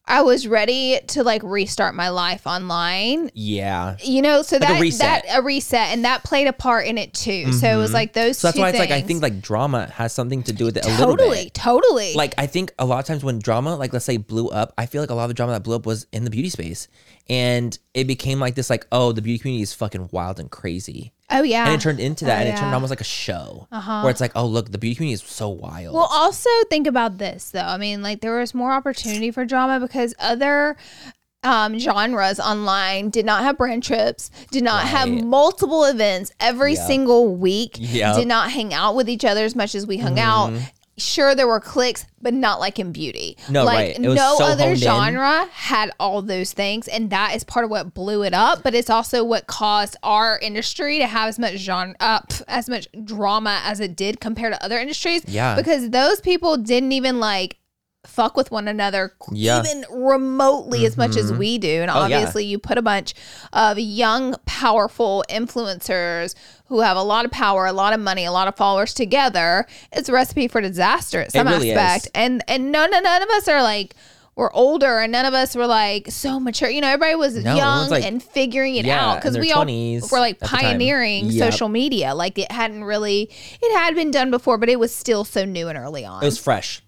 Speaker 1: I was ready to like restart my life online.
Speaker 2: yeah.
Speaker 1: You know, so
Speaker 2: a
Speaker 1: that
Speaker 2: reset. Mm-hmm.
Speaker 1: that a reset and that played a part in it too. So it was like those
Speaker 2: So that's
Speaker 1: two
Speaker 2: why it's
Speaker 1: things.
Speaker 2: like I think like drama has something to do with it a little
Speaker 1: totally,
Speaker 2: bit.
Speaker 1: totally.
Speaker 2: Like I think a lot of times when drama, like let's say blew up, I feel like a lot of the drama that blew up was in the beauty space. And it became like this like, oh, the beauty community is fucking wild and crazy.
Speaker 1: oh yeah.
Speaker 2: And it turned into that
Speaker 1: Oh,
Speaker 2: and it
Speaker 1: yeah. Uh-huh.
Speaker 2: turned almost like a show. Where it's like, oh look, the beauty community is so wild.
Speaker 1: Well, also think about this though. I mean, like there was more opportunity for drama because other um, genres online did not have brand trips, did not have
Speaker 2: Right.
Speaker 1: multiple events every
Speaker 2: Yep.
Speaker 1: single week,
Speaker 2: Yep.
Speaker 1: did not hang out with each other as much as we hung out. Sure, there were clicks, but not like in beauty.
Speaker 2: Mm-hmm. No,
Speaker 1: like,
Speaker 2: right. It was
Speaker 1: no
Speaker 2: so
Speaker 1: other
Speaker 2: honed in.
Speaker 1: genre had all those things, and that is part of what blew it up. But it's also what caused our industry to have as much genre, uh, pff, as much drama as it did compared to other industries.
Speaker 2: Yeah.
Speaker 1: Because those people didn't even like fuck with one another
Speaker 2: Yeah.
Speaker 1: even remotely as much as we do. And
Speaker 2: Oh, yeah.
Speaker 1: obviously you put a bunch of young, powerful influencers who have a lot of power, a lot of money, a lot of followers together. It's a recipe for disaster at some
Speaker 2: really is.
Speaker 1: aspect. And and no no none of us are like we're older and none of us were like so mature. You know, everybody was
Speaker 2: No,
Speaker 1: young
Speaker 2: everyone's, like,
Speaker 1: and figuring it
Speaker 2: yeah,
Speaker 1: out
Speaker 2: in
Speaker 1: because
Speaker 2: their
Speaker 1: we all
Speaker 2: 20s
Speaker 1: were like
Speaker 2: at the time.
Speaker 1: pioneering
Speaker 2: Yep.
Speaker 1: social media. Like it hadn't really, it had been done before, but it was still so new and early on.
Speaker 2: it was fresh.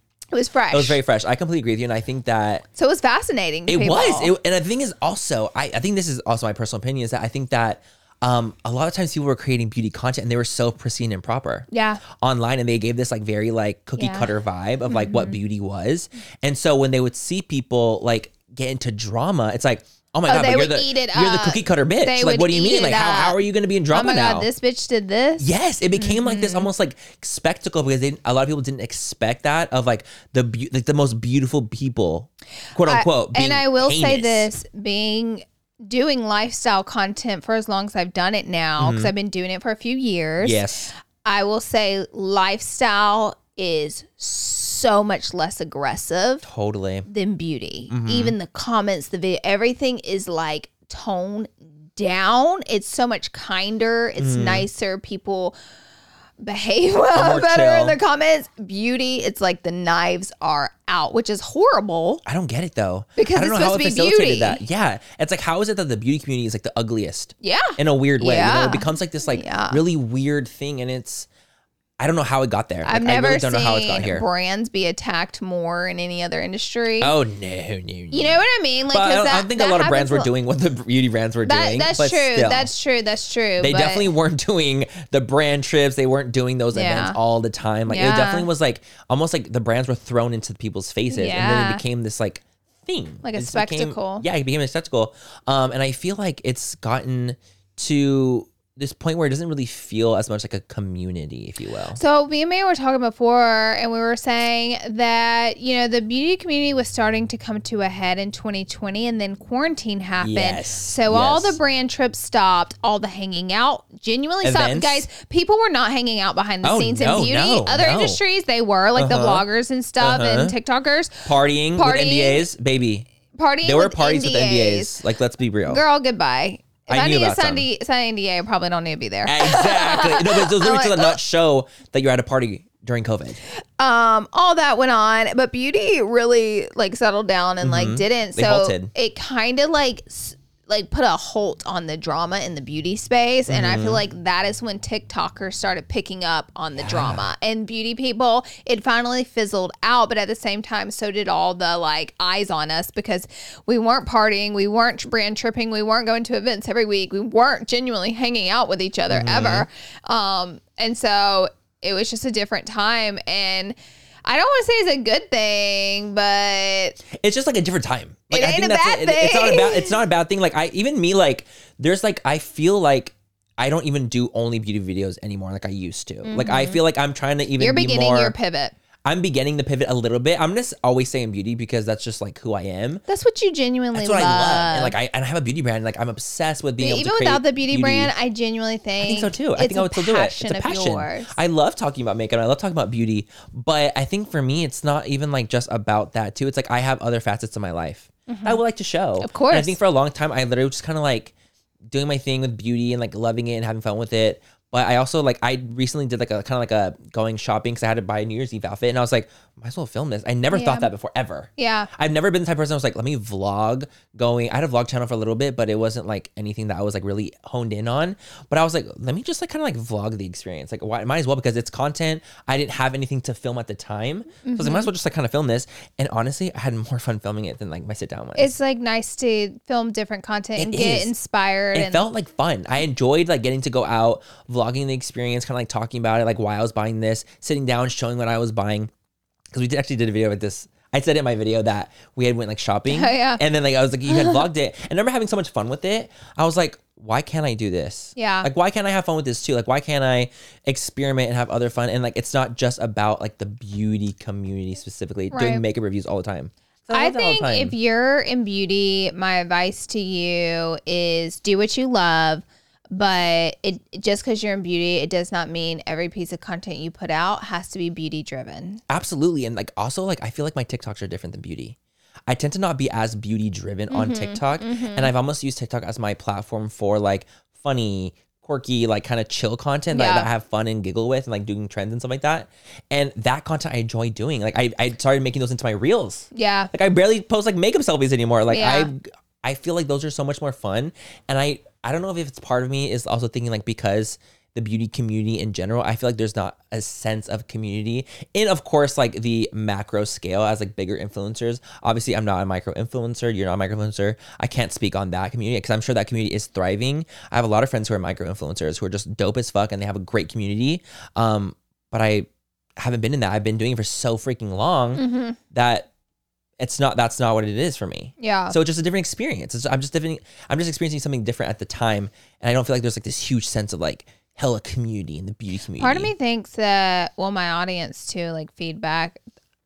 Speaker 1: fresh.
Speaker 2: It was very fresh. I completely agree with you. And I think that
Speaker 1: so it was fascinating. to
Speaker 2: It
Speaker 1: people. Oh
Speaker 2: was. It, and the thing is also, I, I think this is also my personal opinion is that I think that um, a lot of times people were creating beauty content and they were so pristine and proper.
Speaker 1: Yeah.
Speaker 2: Online and they gave this like very like cookie
Speaker 1: Yeah. Mm-hmm.
Speaker 2: cutter vibe of like what beauty was. And so when they would see people like get into drama, it's like, oh my
Speaker 1: Oh,
Speaker 2: God,
Speaker 1: they
Speaker 2: but you're
Speaker 1: would
Speaker 2: the,
Speaker 1: eat it
Speaker 2: you're the
Speaker 1: up.
Speaker 2: cookie cutter bitch.
Speaker 1: They
Speaker 2: like,
Speaker 1: would
Speaker 2: what do you
Speaker 1: eat
Speaker 2: mean?
Speaker 1: it
Speaker 2: Like, how,
Speaker 1: up.
Speaker 2: how are you going to be in
Speaker 1: Oh
Speaker 2: drama
Speaker 1: my
Speaker 2: now?
Speaker 1: god, this bitch did this.
Speaker 2: Yes, it became like
Speaker 1: Mm-hmm.
Speaker 2: this almost like spectacle because they didn't, a lot of people didn't expect that of like the beau- like the most beautiful people, quote
Speaker 1: I-
Speaker 2: unquote. being
Speaker 1: and I will say
Speaker 2: heinous.
Speaker 1: this: being doing lifestyle content for as long as I've done it now,
Speaker 2: Mm-hmm.
Speaker 1: because I've been doing it for a few years.
Speaker 2: Yes,
Speaker 1: I will say lifestyle is so much less aggressive
Speaker 2: totally.
Speaker 1: than beauty.
Speaker 2: Mm-hmm.
Speaker 1: Even the comments, the video, everything is like toned down. It's so much kinder. It's nicer. People behave <laughs> well
Speaker 2: Mm. more
Speaker 1: better
Speaker 2: chill.
Speaker 1: in their comments. Beauty, it's like the knives are out, which is horrible.
Speaker 2: I don't get it though.
Speaker 1: Because
Speaker 2: I don't
Speaker 1: it's supposed to be beauty.
Speaker 2: that. Yeah, it's like how is it that the beauty community is like the ugliest
Speaker 1: Yeah.
Speaker 2: in a weird way? You know,
Speaker 1: Yeah.
Speaker 2: it becomes like this like
Speaker 1: Yeah.
Speaker 2: really weird thing, and it's I don't know how it got there.
Speaker 1: I've
Speaker 2: Like,
Speaker 1: never
Speaker 2: I really don't
Speaker 1: seen
Speaker 2: know how it's got here.
Speaker 1: brands be attacked more in any other industry.
Speaker 2: Oh no, no, no.
Speaker 1: You know what I mean? Like,
Speaker 2: but I
Speaker 1: 'cause
Speaker 2: don't, I
Speaker 1: that-
Speaker 2: don't think
Speaker 1: that
Speaker 2: a lot of brands were
Speaker 1: happens a-
Speaker 2: doing what the beauty brands were
Speaker 1: That,
Speaker 2: doing.
Speaker 1: that's,
Speaker 2: but
Speaker 1: true,
Speaker 2: still.
Speaker 1: that's true. That's true.
Speaker 2: They
Speaker 1: but-
Speaker 2: definitely weren't doing the brand trips. They weren't doing those
Speaker 1: Yeah.
Speaker 2: events all the time. Like
Speaker 1: Yeah.
Speaker 2: it definitely was like almost like the brands were thrown into people's faces, and then
Speaker 1: Yeah.
Speaker 2: it became this like thing,
Speaker 1: Like a
Speaker 2: It just became-
Speaker 1: spectacle.
Speaker 2: yeah, it became a spectacle. Um, and I feel like it's gotten to this point where it doesn't really feel as much like a community, if you will.
Speaker 1: So me and May were talking before, and we were saying that you know the beauty community was starting to come to a head in 2020, and then quarantine happened.
Speaker 2: Yes,
Speaker 1: So all the
Speaker 2: yes.
Speaker 1: brand trips stopped, all the hanging out genuinely stopped.
Speaker 2: Events?
Speaker 1: Guys, people were not hanging out behind the
Speaker 2: Oh,
Speaker 1: scenes
Speaker 2: no,
Speaker 1: in beauty.
Speaker 2: no,
Speaker 1: Other
Speaker 2: no.
Speaker 1: industries they were, like the
Speaker 2: Uh-huh.
Speaker 1: bloggers and stuff, and
Speaker 2: Uh-huh.
Speaker 1: TikTokers Partying.
Speaker 2: partying, with NDAs, baby.
Speaker 1: partying.
Speaker 2: There were
Speaker 1: with
Speaker 2: parties with NDAs. Like, let's be real.
Speaker 1: Girl, goodbye. If
Speaker 2: I
Speaker 1: I,
Speaker 2: knew
Speaker 1: need a
Speaker 2: about some.
Speaker 1: Sunday, Sunday NDA, I probably don't need to be there.
Speaker 2: Exactly. No, but
Speaker 1: <laughs>
Speaker 2: those literally
Speaker 1: like,
Speaker 2: to not show that you're at a party during COVID.
Speaker 1: um all that went on but beauty really like settled down and like didn't
Speaker 2: Mm-hmm. They
Speaker 1: so
Speaker 2: halted.
Speaker 1: it kind of like s- like put a halt on the drama in the beauty space and
Speaker 2: Mm-hmm.
Speaker 1: i feel like that is when tiktokers started picking up on the drama and beauty people it finally fizzled out but at the same time so did all the like eyes on us because we weren't partying we weren't brand tripping we weren't going to events every week we weren't genuinely hanging out with each other
Speaker 2: Mm-hmm.
Speaker 1: ever um and so it was just a different time and I don't want to say it's a good thing, but
Speaker 2: It's just like a different time. Like,
Speaker 1: It
Speaker 2: I
Speaker 1: ain't
Speaker 2: think
Speaker 1: a
Speaker 2: that's
Speaker 1: bad
Speaker 2: it. It's not a
Speaker 1: thing.
Speaker 2: bad. It's not a bad thing. Like I, even me, like there's like I feel like I don't even do only beauty videos anymore. Like I used to. Like I feel like I'm trying to even.
Speaker 1: Mm-hmm. you're
Speaker 2: be
Speaker 1: beginning
Speaker 2: more,
Speaker 1: your pivot.
Speaker 2: I'm beginning to pivot a little bit. I'm just always saying beauty because that's just like who I am.
Speaker 1: That's what you genuinely
Speaker 2: That's what
Speaker 1: love.
Speaker 2: I love. And like I and I have a beauty brand. Like I'm obsessed with being able
Speaker 1: Even
Speaker 2: to create
Speaker 1: without the beauty, brand, I genuinely think
Speaker 2: I think so too. I think I would still do it. It's a passion. I love talking about makeup. and I love talking about beauty. But I think for me, it's not even like just about that too. It's like I have other facets of my life I would like to show. Of
Speaker 1: course.
Speaker 2: I think for a long time, I literally was just kind of like doing my thing with beauty and like loving it and having fun with it. But I also like I recently did like a kind of like a going shopping because I had to buy a New Year's Eve outfit and I was like, might as well film this. I never thought that before ever.
Speaker 1: yeah.
Speaker 2: I've never been the type of person I was like, let me vlog going. I had a vlog channel for a little bit, but it wasn't like anything that I was like really honed in on. But I was like, let me just like kind of like vlog the experience. Like, why, might as well because it's content. I didn't have anything to film at the time. So I was like, might as well just like kind of film this. And honestly, I had more fun filming it than like my sit down one.
Speaker 1: It's like nice to film different content and
Speaker 2: It
Speaker 1: get
Speaker 2: is.
Speaker 1: inspired.
Speaker 2: It
Speaker 1: and
Speaker 2: felt like fun. I enjoyed like getting to go out, vlogging the experience, kind of like talking about it, like why I was buying this, sitting down, showing what I was buying. Because we did, actually did a video with this. I said in my video that we had went like shopping,
Speaker 1: <laughs> Oh, yeah.
Speaker 2: and then like I was like you
Speaker 1: <laughs>
Speaker 2: had vlogged it. And I remember having so much fun with it. I was like, why can't I do this?
Speaker 1: Yeah.
Speaker 2: Like why can't I have fun with this too? Like why can't I experiment and have other fun? And like it's not just about like the beauty community specifically
Speaker 1: Right.
Speaker 2: doing makeup reviews all the time. So
Speaker 1: I
Speaker 2: love that all the
Speaker 1: think
Speaker 2: time.
Speaker 1: if you're in beauty, my advice to you is do what you love, but it just because you're in beauty, it does not mean every piece of content you put out has to be beauty driven.
Speaker 2: Absolutely. And like also like I feel like my TikToks are different than beauty. I tend to not be as beauty driven on TikTok. And I've almost used TikTok as my platform for like funny, quirky, like kind of chill content that,
Speaker 1: Yeah.
Speaker 2: that I have fun and giggle with and like doing trends and stuff like that. And that content I enjoy doing. Like I, I started making those into my reels.
Speaker 1: Yeah.
Speaker 2: Like I barely post like makeup selfies anymore. Like
Speaker 1: Yeah.
Speaker 2: I I feel like those are so much more fun. And I I don't know if it's part of me is also thinking like because the beauty community in general, I feel like there's not a sense of community. And of course, like the macro scale as like bigger influencers. Obviously, I'm not a micro influencer. You're not a micro influencer. I can't speak on that community because I'm sure that community is thriving. I have a lot of friends who are micro influencers who are just dope as fuck and they have a great community. Um, but I haven't been in that. I've been doing it for so freaking
Speaker 1: Mm-hmm.
Speaker 2: long that it's not that's not what it is for me.
Speaker 1: Yeah.
Speaker 2: So it's just a different experience. It's, I'm just different. I'm just experiencing something different at the time, and I don't feel like there's like this huge sense of like hella community in the beauty community.
Speaker 1: Part of me thinks that well, my audience too, like feedback,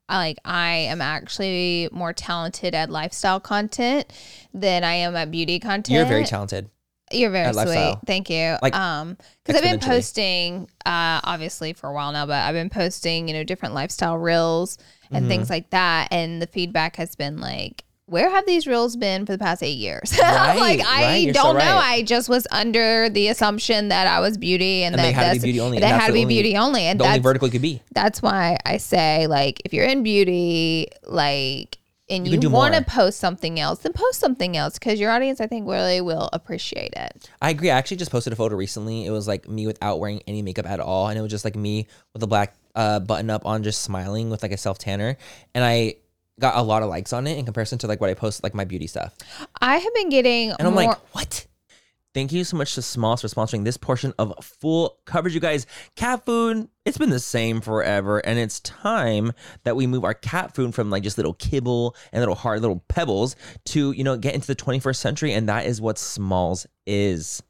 Speaker 1: I- like I am actually more talented at lifestyle content than I am at beauty content.
Speaker 2: You're very talented.
Speaker 1: You're very
Speaker 2: at
Speaker 1: sweet.
Speaker 2: lifestyle.
Speaker 1: Thank you.
Speaker 2: Like,
Speaker 1: um, because I've been
Speaker 2: exponentially.
Speaker 1: posting, uh, obviously for a while now, but I've been posting, you know, different lifestyle reels and
Speaker 2: Mm-hmm.
Speaker 1: things like that, and the feedback has been like. Where have these reels been for the past eight years? <laughs> I'm
Speaker 2: Right,
Speaker 1: like, I
Speaker 2: right, you're so
Speaker 1: don't know.
Speaker 2: right.
Speaker 1: I just was under the assumption that I was beauty and,
Speaker 2: And
Speaker 1: that
Speaker 2: they had to be
Speaker 1: that's-
Speaker 2: beauty only, and
Speaker 1: They
Speaker 2: that's
Speaker 1: had to
Speaker 2: the
Speaker 1: be
Speaker 2: only-
Speaker 1: beauty only, and
Speaker 2: The only
Speaker 1: that's
Speaker 2: vertical it could be.
Speaker 1: that's why I say like if you're in beauty, like and
Speaker 2: You
Speaker 1: you,
Speaker 2: can do
Speaker 1: want to
Speaker 2: more.
Speaker 1: post something else, then post something else because your audience, I think, really will appreciate it.
Speaker 2: I agree. I actually just posted a photo recently. It was like me without wearing any makeup at all, and it was just like me with a black uh, button up on, just smiling with like a self tanner, and I got a lot of likes on it in comparison to like what I post like my beauty stuff.
Speaker 1: I have been getting
Speaker 2: And I'm
Speaker 1: more.
Speaker 2: like, what? Thank you so much to Smalls for sponsoring this portion of full coverage, you guys. Cat food, it's been the same forever, and it's time that we move our cat food from like just little kibble and little hard little pebbles to, you know, get into the 21st century, and that is what Smalls is.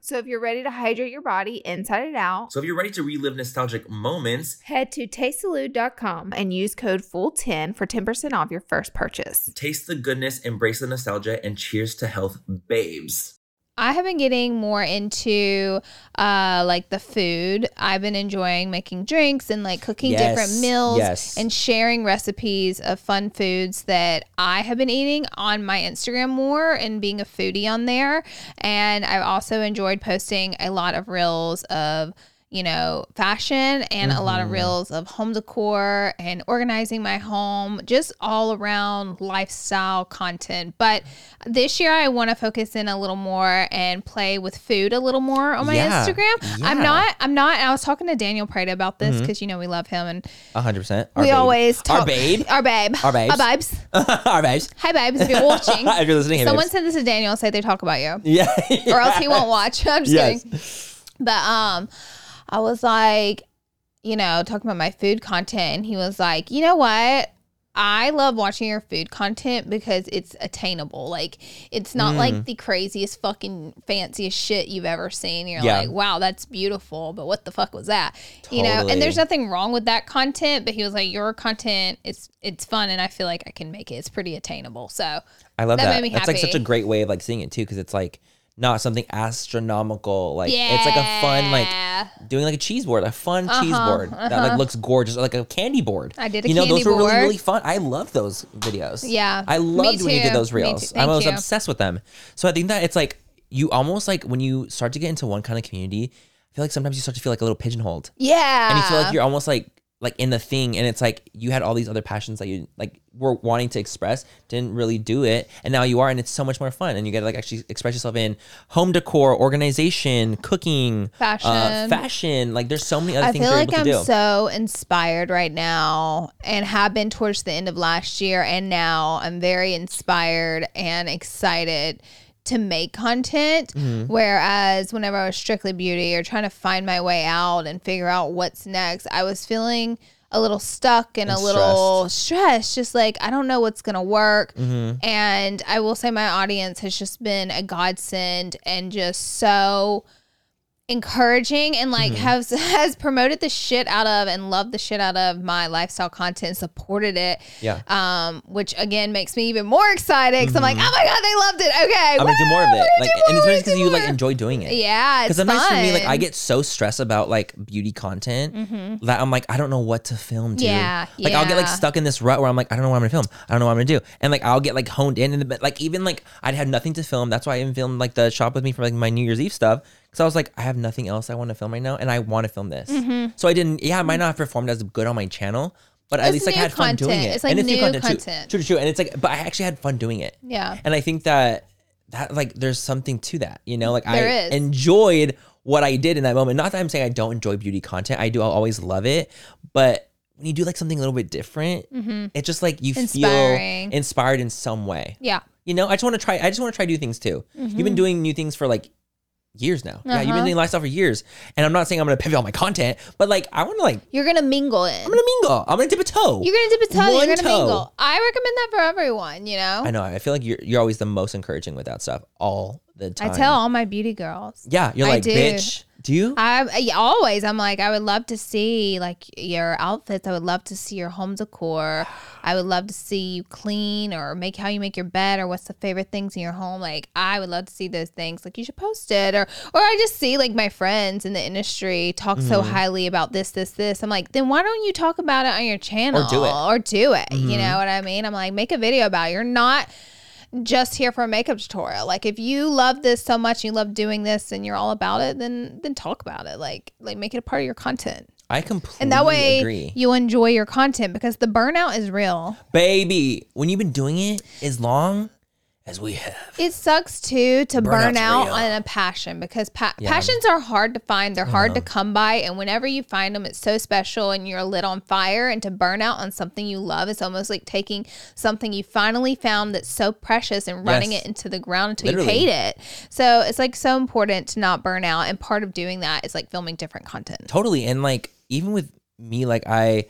Speaker 1: So if you're ready to hydrate your body inside and out,
Speaker 5: So if you're ready to relive nostalgic moments,
Speaker 1: head to tastesalud.com and use code FULL10 for 10% off your first purchase.
Speaker 5: taste the goodness, embrace the nostalgia, and cheers to health, babes.
Speaker 6: I have been getting more into uh, like the food. I've been enjoying making drinks and like cooking
Speaker 2: Yes,
Speaker 6: different meals
Speaker 2: yes.
Speaker 6: and sharing recipes of fun foods that I have been eating on my Instagram more and being a foodie on there. And I've also enjoyed posting a lot of reels of you know fashion and a lot of
Speaker 2: Mm-hmm.
Speaker 6: reels of home decor and organizing my home just all around lifestyle content but this year I want to focus in a little more and play with food a little more on my
Speaker 2: Yeah.
Speaker 6: Instagram.
Speaker 2: Yeah.
Speaker 6: I'm not. I'm not. I was talking to Daniel Prada about this because you know we love him and
Speaker 2: 100%.
Speaker 6: we always talk.
Speaker 2: Our babe.
Speaker 6: Our babe.
Speaker 2: Our babes.
Speaker 6: Our babes.
Speaker 2: <laughs> Our babes.
Speaker 6: Hi babes. If you're watching,
Speaker 2: <laughs> if you're listening, hey,
Speaker 6: someone
Speaker 2: babes.
Speaker 6: said this to Daniel. Say they talk about you,
Speaker 2: <laughs> yeah,
Speaker 6: or else he won't watch. <laughs> I'm just
Speaker 2: Yes.
Speaker 6: kidding. But um, I was like, you know, talking about my food content, and he was like, you know what? I love watching your food content because it's attainable. Like it's
Speaker 2: Mm.
Speaker 6: not like the craziest fucking fanciest shit you've ever seen. You're
Speaker 2: Yeah.
Speaker 6: like, wow, that's beautiful, but what the fuck was that? You know,
Speaker 2: Totally.
Speaker 6: and there's nothing wrong with that content, but he was like, your content, it's it's fun, and I feel like I can make it. It's pretty attainable. So
Speaker 2: I love that.
Speaker 6: That made me
Speaker 2: That's like such a
Speaker 6: happy.
Speaker 2: great way of like seeing it too, because it's like not something astronomical. Like it's like a fun like
Speaker 6: Yeah.
Speaker 2: doing like a cheese board, a fun cheese
Speaker 6: Uh-huh,
Speaker 2: board that like looks gorgeous, or like a candy board.
Speaker 6: I did a
Speaker 2: you know
Speaker 6: candy
Speaker 2: those were really
Speaker 6: board.
Speaker 2: really fun. I love those videos.
Speaker 6: Yeah,
Speaker 2: I
Speaker 6: me
Speaker 2: loved when you did
Speaker 6: too,
Speaker 2: those
Speaker 6: me too.
Speaker 2: reels. I
Speaker 6: Thank
Speaker 2: was
Speaker 6: you.
Speaker 2: obsessed with them. So I think that it's like you almost like when you start to get into one kind of community, I feel like sometimes you start to feel like a little pigeonholed.
Speaker 6: Yeah.
Speaker 2: and you feel like you're almost like like in the thing and it's like you had all these other passions that you like were wanting to express didn't really do it and now you are and it's so much more fun and you get to like actually express yourself in home decor organization cooking uh,
Speaker 6: Fashion.
Speaker 2: fashion like there's so many other
Speaker 6: I
Speaker 2: things
Speaker 6: feel
Speaker 2: you're
Speaker 6: like
Speaker 2: able
Speaker 6: I'm
Speaker 2: to do
Speaker 6: so inspired right now and have been towards the end of last year. And now I'm very inspired and excited to make content.
Speaker 2: Mm-hmm.
Speaker 6: Whereas whenever I was strictly beauty or trying to find my way out and figure out what's next, I was feeling a little stuck and,
Speaker 2: And
Speaker 6: a little stressed, just like I don't know what's gonna work.
Speaker 2: Mm-hmm.
Speaker 6: And I will say my audience has just been a godsend and just so encouraging and like
Speaker 2: Mm-hmm.
Speaker 6: has <laughs> has promoted the shit out of and loved the shit out of my lifestyle content, supported it.
Speaker 2: Yeah.
Speaker 6: Um, which again makes me even more excited because I'm like, oh my god, they loved it. Okay,
Speaker 2: Mm-hmm. I'm gonna do
Speaker 6: woo,
Speaker 2: more of
Speaker 6: we're
Speaker 2: it.
Speaker 6: gonna
Speaker 2: Like,
Speaker 6: do more,
Speaker 2: and it's
Speaker 6: we're
Speaker 2: nice
Speaker 6: gonna
Speaker 2: because
Speaker 6: do
Speaker 2: you like <laughs>
Speaker 6: more.
Speaker 2: enjoy doing it.
Speaker 6: Yeah, it's
Speaker 2: Because sometimes for me, like I
Speaker 6: fun. Mm-hmm.
Speaker 2: get so stressed about like beauty content that I'm like, I don't know what to film, dude.
Speaker 6: Yeah,
Speaker 2: like I'll get like
Speaker 6: yeah.
Speaker 2: stuck in this rut where I'm like, I don't know what I'm gonna film. I don't know what I'm gonna do, and like I'll get like honed in, and but, like even like I'd had nothing to film. That's why I even filmed like the shop with me for like my New Year's Eve stuff. Cause I was like, I have nothing else I want to film right now, and I want to film this. So I didn't. Yeah, I might not have performed as good on my channel, but at
Speaker 6: Mm-hmm.
Speaker 2: least
Speaker 6: It's
Speaker 2: like, I
Speaker 6: new
Speaker 2: had fun doing
Speaker 6: content.
Speaker 2: it.
Speaker 6: It's, like,
Speaker 2: and
Speaker 6: new
Speaker 2: too.
Speaker 6: content.
Speaker 2: True, true, true. And it's like, but I actually had fun doing it.
Speaker 6: Yeah.
Speaker 2: And I think that that like there's something to that, you know? Like I
Speaker 6: There is.
Speaker 2: enjoyed what I did in that moment. Not that I'm saying I don't enjoy beauty content. I do. I'll always love it. But when you do like something a little bit different, it's just like you
Speaker 6: Mm-hmm. Inspiring.
Speaker 2: feel inspired in some way.
Speaker 6: Yeah.
Speaker 2: You know, I just want to try. I just want to try new things too. You've
Speaker 6: Mm-hmm.
Speaker 2: been doing new things for like years now. Yeah,
Speaker 6: Uh-huh.
Speaker 2: you've been doing lifestyle for years. And I'm not saying I'm gonna pivot all my content, but like I want to like
Speaker 6: You're gonna mingle it.
Speaker 2: I'm gonna mingle. I'm gonna dip a toe.
Speaker 6: You're gonna dip a toe.
Speaker 2: One
Speaker 6: You're gonna
Speaker 2: toe.
Speaker 6: mingle. I recommend that for everyone. You know,
Speaker 2: I know. I feel like you're you're always the most encouraging with that stuff all the
Speaker 6: I
Speaker 2: time.
Speaker 6: tell all my beauty girls.
Speaker 2: Yeah, you're
Speaker 6: I
Speaker 2: like,
Speaker 6: do.
Speaker 2: bitch. Do you?
Speaker 6: I I- yeah, always I'm like I would love to see like your outfits. I would love to see your home decor. I would love to see you clean or make how you make your bed or what's the favorite things in your home. Like I would love to see those things. Like you should post it or or I just see like my friends in the industry talk so highly about this this this. I'm like then why don't you talk about it on your channel
Speaker 2: it.
Speaker 6: or do it. You know what I mean? I'm like make a video about it. You're not just here for a makeup tutorial. Like if you love this so much, you love doing this and you're all about it, then then talk about it. Like like make it a part of your content.
Speaker 2: I completely
Speaker 6: And that way
Speaker 2: agree.
Speaker 6: you enjoy your content because the burnout is real.
Speaker 2: Baby, when you've been doing it as long as we have.
Speaker 6: It sucks too to burn
Speaker 2: Burnout's
Speaker 6: out
Speaker 2: real.
Speaker 6: on a passion because pa- passions are hard to find. They're hard to
Speaker 2: Uh-huh.
Speaker 6: come by. And whenever you find them, it's so special and you're lit on fire. And to burn out on something you love is almost like taking something you finally found that's so precious and running
Speaker 2: Yes.
Speaker 6: it into the ground until
Speaker 2: Literally.
Speaker 6: you hate it. So it's like so important to not burn out. And part of doing that is like filming different content.
Speaker 2: Totally. And like even with me, like I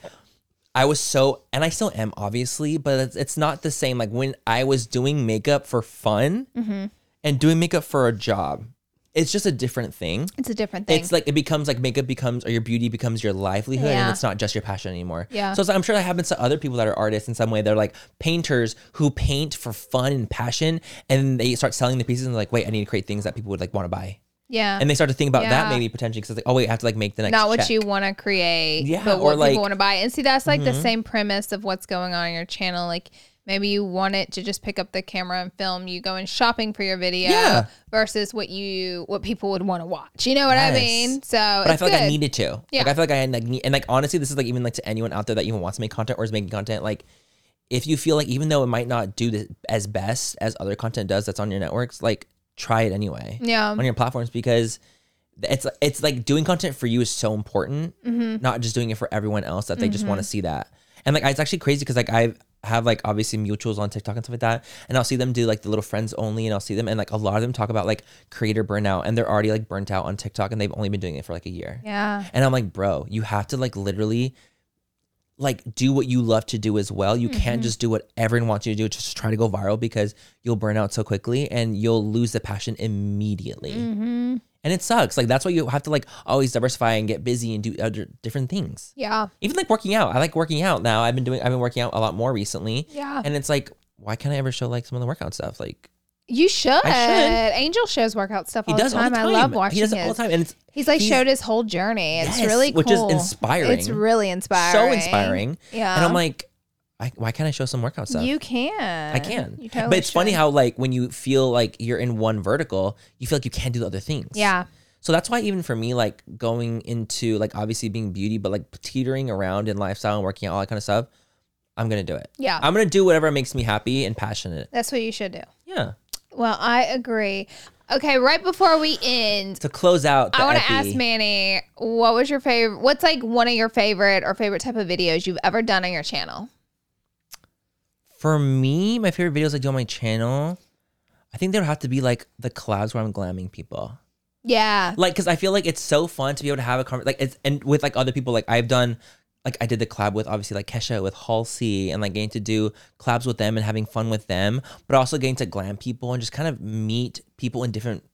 Speaker 2: I was so and I still am obviously, but it's, it's not the same. Like when I was doing makeup for fun
Speaker 6: Mm-hmm.
Speaker 2: and doing makeup for a job, it's just a different thing.
Speaker 6: It's a different thing.
Speaker 2: It's like it becomes like makeup becomes or your beauty becomes your livelihood,
Speaker 6: Yeah.
Speaker 2: and it's not just your passion anymore.
Speaker 6: Yeah.
Speaker 2: So it's, I'm sure that happens to other people that are artists in some way. They're like painters who paint for fun and passion, and they start selling the pieces and they're like, wait, I need to create things that people would like want to buy,
Speaker 6: yeah.
Speaker 2: and they start to think about that
Speaker 6: Yeah.
Speaker 2: maybe potentially because like, oh wait, I have to like make the next.
Speaker 6: not what
Speaker 2: check.
Speaker 6: you want to create,
Speaker 2: Yeah,
Speaker 6: but
Speaker 2: or
Speaker 6: what
Speaker 2: like- Mm-hmm.
Speaker 6: people want to buy. And see, that's like the same premise of what's going on in your channel. Like maybe you want it to just pick up the camera and film you going shopping for your video
Speaker 2: Yeah.
Speaker 6: versus what you what people would want to watch. You know what I
Speaker 2: Yes.
Speaker 6: mean? So
Speaker 2: But I
Speaker 6: it's
Speaker 2: feel like I
Speaker 6: good.
Speaker 2: needed to.
Speaker 6: Yeah.
Speaker 2: Like I feel like I had like need, and like honestly, this is like even like to anyone out there that even wants to make content or is making content. Like, if you feel like even though it might not do this as best as other content does that's on your networks, like try it anyway.
Speaker 6: Yeah.
Speaker 2: On your platforms because it's it's like doing content for you is so important, not just doing it for everyone else that they just want to see that. And like it's actually crazy because like I have like obviously mutuals on TikTok and stuff like that, and I'll see them do like the little friends only, and I'll see them and like a lot of them talk about like creator burnout, and they're already like burnt out on TikTok, and they've only been doing it for like a year.
Speaker 6: yeah.
Speaker 2: And I'm like, bro, you have to like literally like do what you love to do as well. You
Speaker 6: Mm-hmm.
Speaker 2: can't just do what everyone wants you to do, just try to go viral because you'll burn out so quickly and you'll lose the passion immediately.
Speaker 6: Mm. Mm-hmm.
Speaker 2: And it sucks. Like that's why you have to like always diversify and get busy and do other different things.
Speaker 6: Yeah.
Speaker 2: Even like working out. I like working out now. I've been doing I've been working out a lot more recently.
Speaker 6: Yeah.
Speaker 2: And it's like, why can't I ever show like some of the workout stuff? Like
Speaker 6: You should.
Speaker 2: I
Speaker 6: Angel shows workout stuff
Speaker 2: he
Speaker 6: all,
Speaker 2: does
Speaker 6: the, time.
Speaker 2: all the time.
Speaker 6: I love watching
Speaker 2: He does it
Speaker 6: his.
Speaker 2: all the time. And it's
Speaker 6: He's like
Speaker 2: he's-
Speaker 6: showed his whole journey. It's
Speaker 2: Yes,
Speaker 6: really cool.
Speaker 2: which is inspiring.
Speaker 6: It's really inspiring.
Speaker 2: so inspiring.
Speaker 6: Yeah.
Speaker 2: And I'm like, I, why can't I show some workout stuff?
Speaker 6: you can.
Speaker 2: I can.
Speaker 6: Uh, You totally
Speaker 2: but it's funny
Speaker 6: should.
Speaker 2: how like when you feel like you're in one vertical, you feel like you can't do the other things.
Speaker 6: Yeah.
Speaker 2: So that's why even for me, like going into like obviously being beauty, but like teetering around in lifestyle and working out, all that kind of stuff, I'm gonna do it.
Speaker 6: Yeah.
Speaker 2: I'm gonna do whatever makes me happy and passionate.
Speaker 6: That's what you should do.
Speaker 2: Yeah.
Speaker 6: Well, I agree. Okay, right before we end,
Speaker 2: To close out, the
Speaker 6: I want to
Speaker 2: epi,
Speaker 6: ask Manny, what was your favorite? What's like one of your favorite or favorite type of videos you've ever done on your channel?
Speaker 2: For me, my favorite videos I do on my channel, I think there would have to be like the collabs where I'm glamming people.
Speaker 6: Yeah,
Speaker 2: like because I feel like it's so fun to be able to have a conversation like it's and with like other people like I've done like I did the collab with obviously like Kesha with Halsey and like getting to do collabs with them and having fun with them, but also getting to glam people and just kind of meet people in different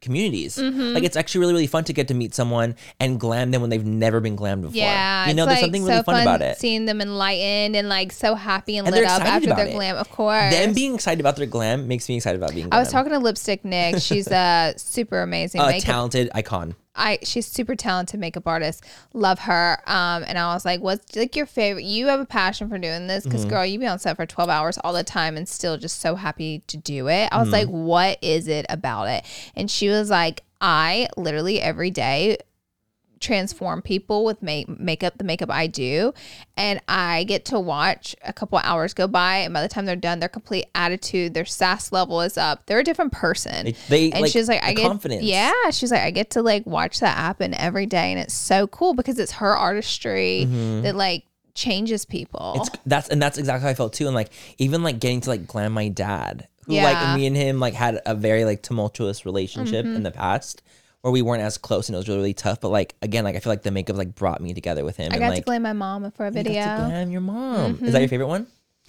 Speaker 2: communities.
Speaker 6: Mm-hmm.
Speaker 2: Like it's actually really really fun to get to meet someone and glam them when they've never been glammed before.
Speaker 6: Yeah,
Speaker 2: you know,
Speaker 6: it's,
Speaker 2: there's
Speaker 6: like,
Speaker 2: something
Speaker 6: so
Speaker 2: really fun, about it.
Speaker 6: Seeing them enlightened and like so happy and,
Speaker 2: And
Speaker 6: lit
Speaker 2: they're
Speaker 6: up
Speaker 2: excited
Speaker 6: after
Speaker 2: about
Speaker 6: their
Speaker 2: it.
Speaker 6: glam, of course.
Speaker 2: Them being excited about their glam makes me excited about Oh, being.
Speaker 6: I
Speaker 2: Glam.
Speaker 6: was talking to Lipstick Nick. She's a super
Speaker 2: <laughs>
Speaker 6: amazing
Speaker 2: a
Speaker 6: makeup
Speaker 2: talented icon.
Speaker 6: I she's super talented makeup artist. Love her. Um, and I was like, what's like your favorite? You have a passion for doing this because girl, you be on set for twelve hours all the time and still just so happy to do it. I was like, what is it about it? And she was like, I literally every day transform people with make makeup the makeup I do and I get to watch a couple hours go by and by the time they're done their complete attitude their sass level is up they're a different person
Speaker 2: They, they
Speaker 6: and
Speaker 2: like,
Speaker 6: she's like,
Speaker 2: the
Speaker 6: I get
Speaker 2: confidence.
Speaker 6: Yeah, she's like, I get to like watch that happen every day, and it's so cool because it's her artistry that like changes people.
Speaker 2: Mm-hmm. It's that's and that's exactly how I felt too. And like even like getting to like glam my dad, who
Speaker 6: Yeah. Mm-hmm.
Speaker 2: like me and him like had a very like tumultuous relationship in the past where we weren't as close and it was really, really tough. But like again, like I feel like the makeup like brought me together with him.
Speaker 6: I
Speaker 2: and
Speaker 6: got
Speaker 2: like
Speaker 6: to blame my mom for a
Speaker 2: you got to
Speaker 6: video. Mm-hmm.
Speaker 2: glam your mom. Is that your favorite one?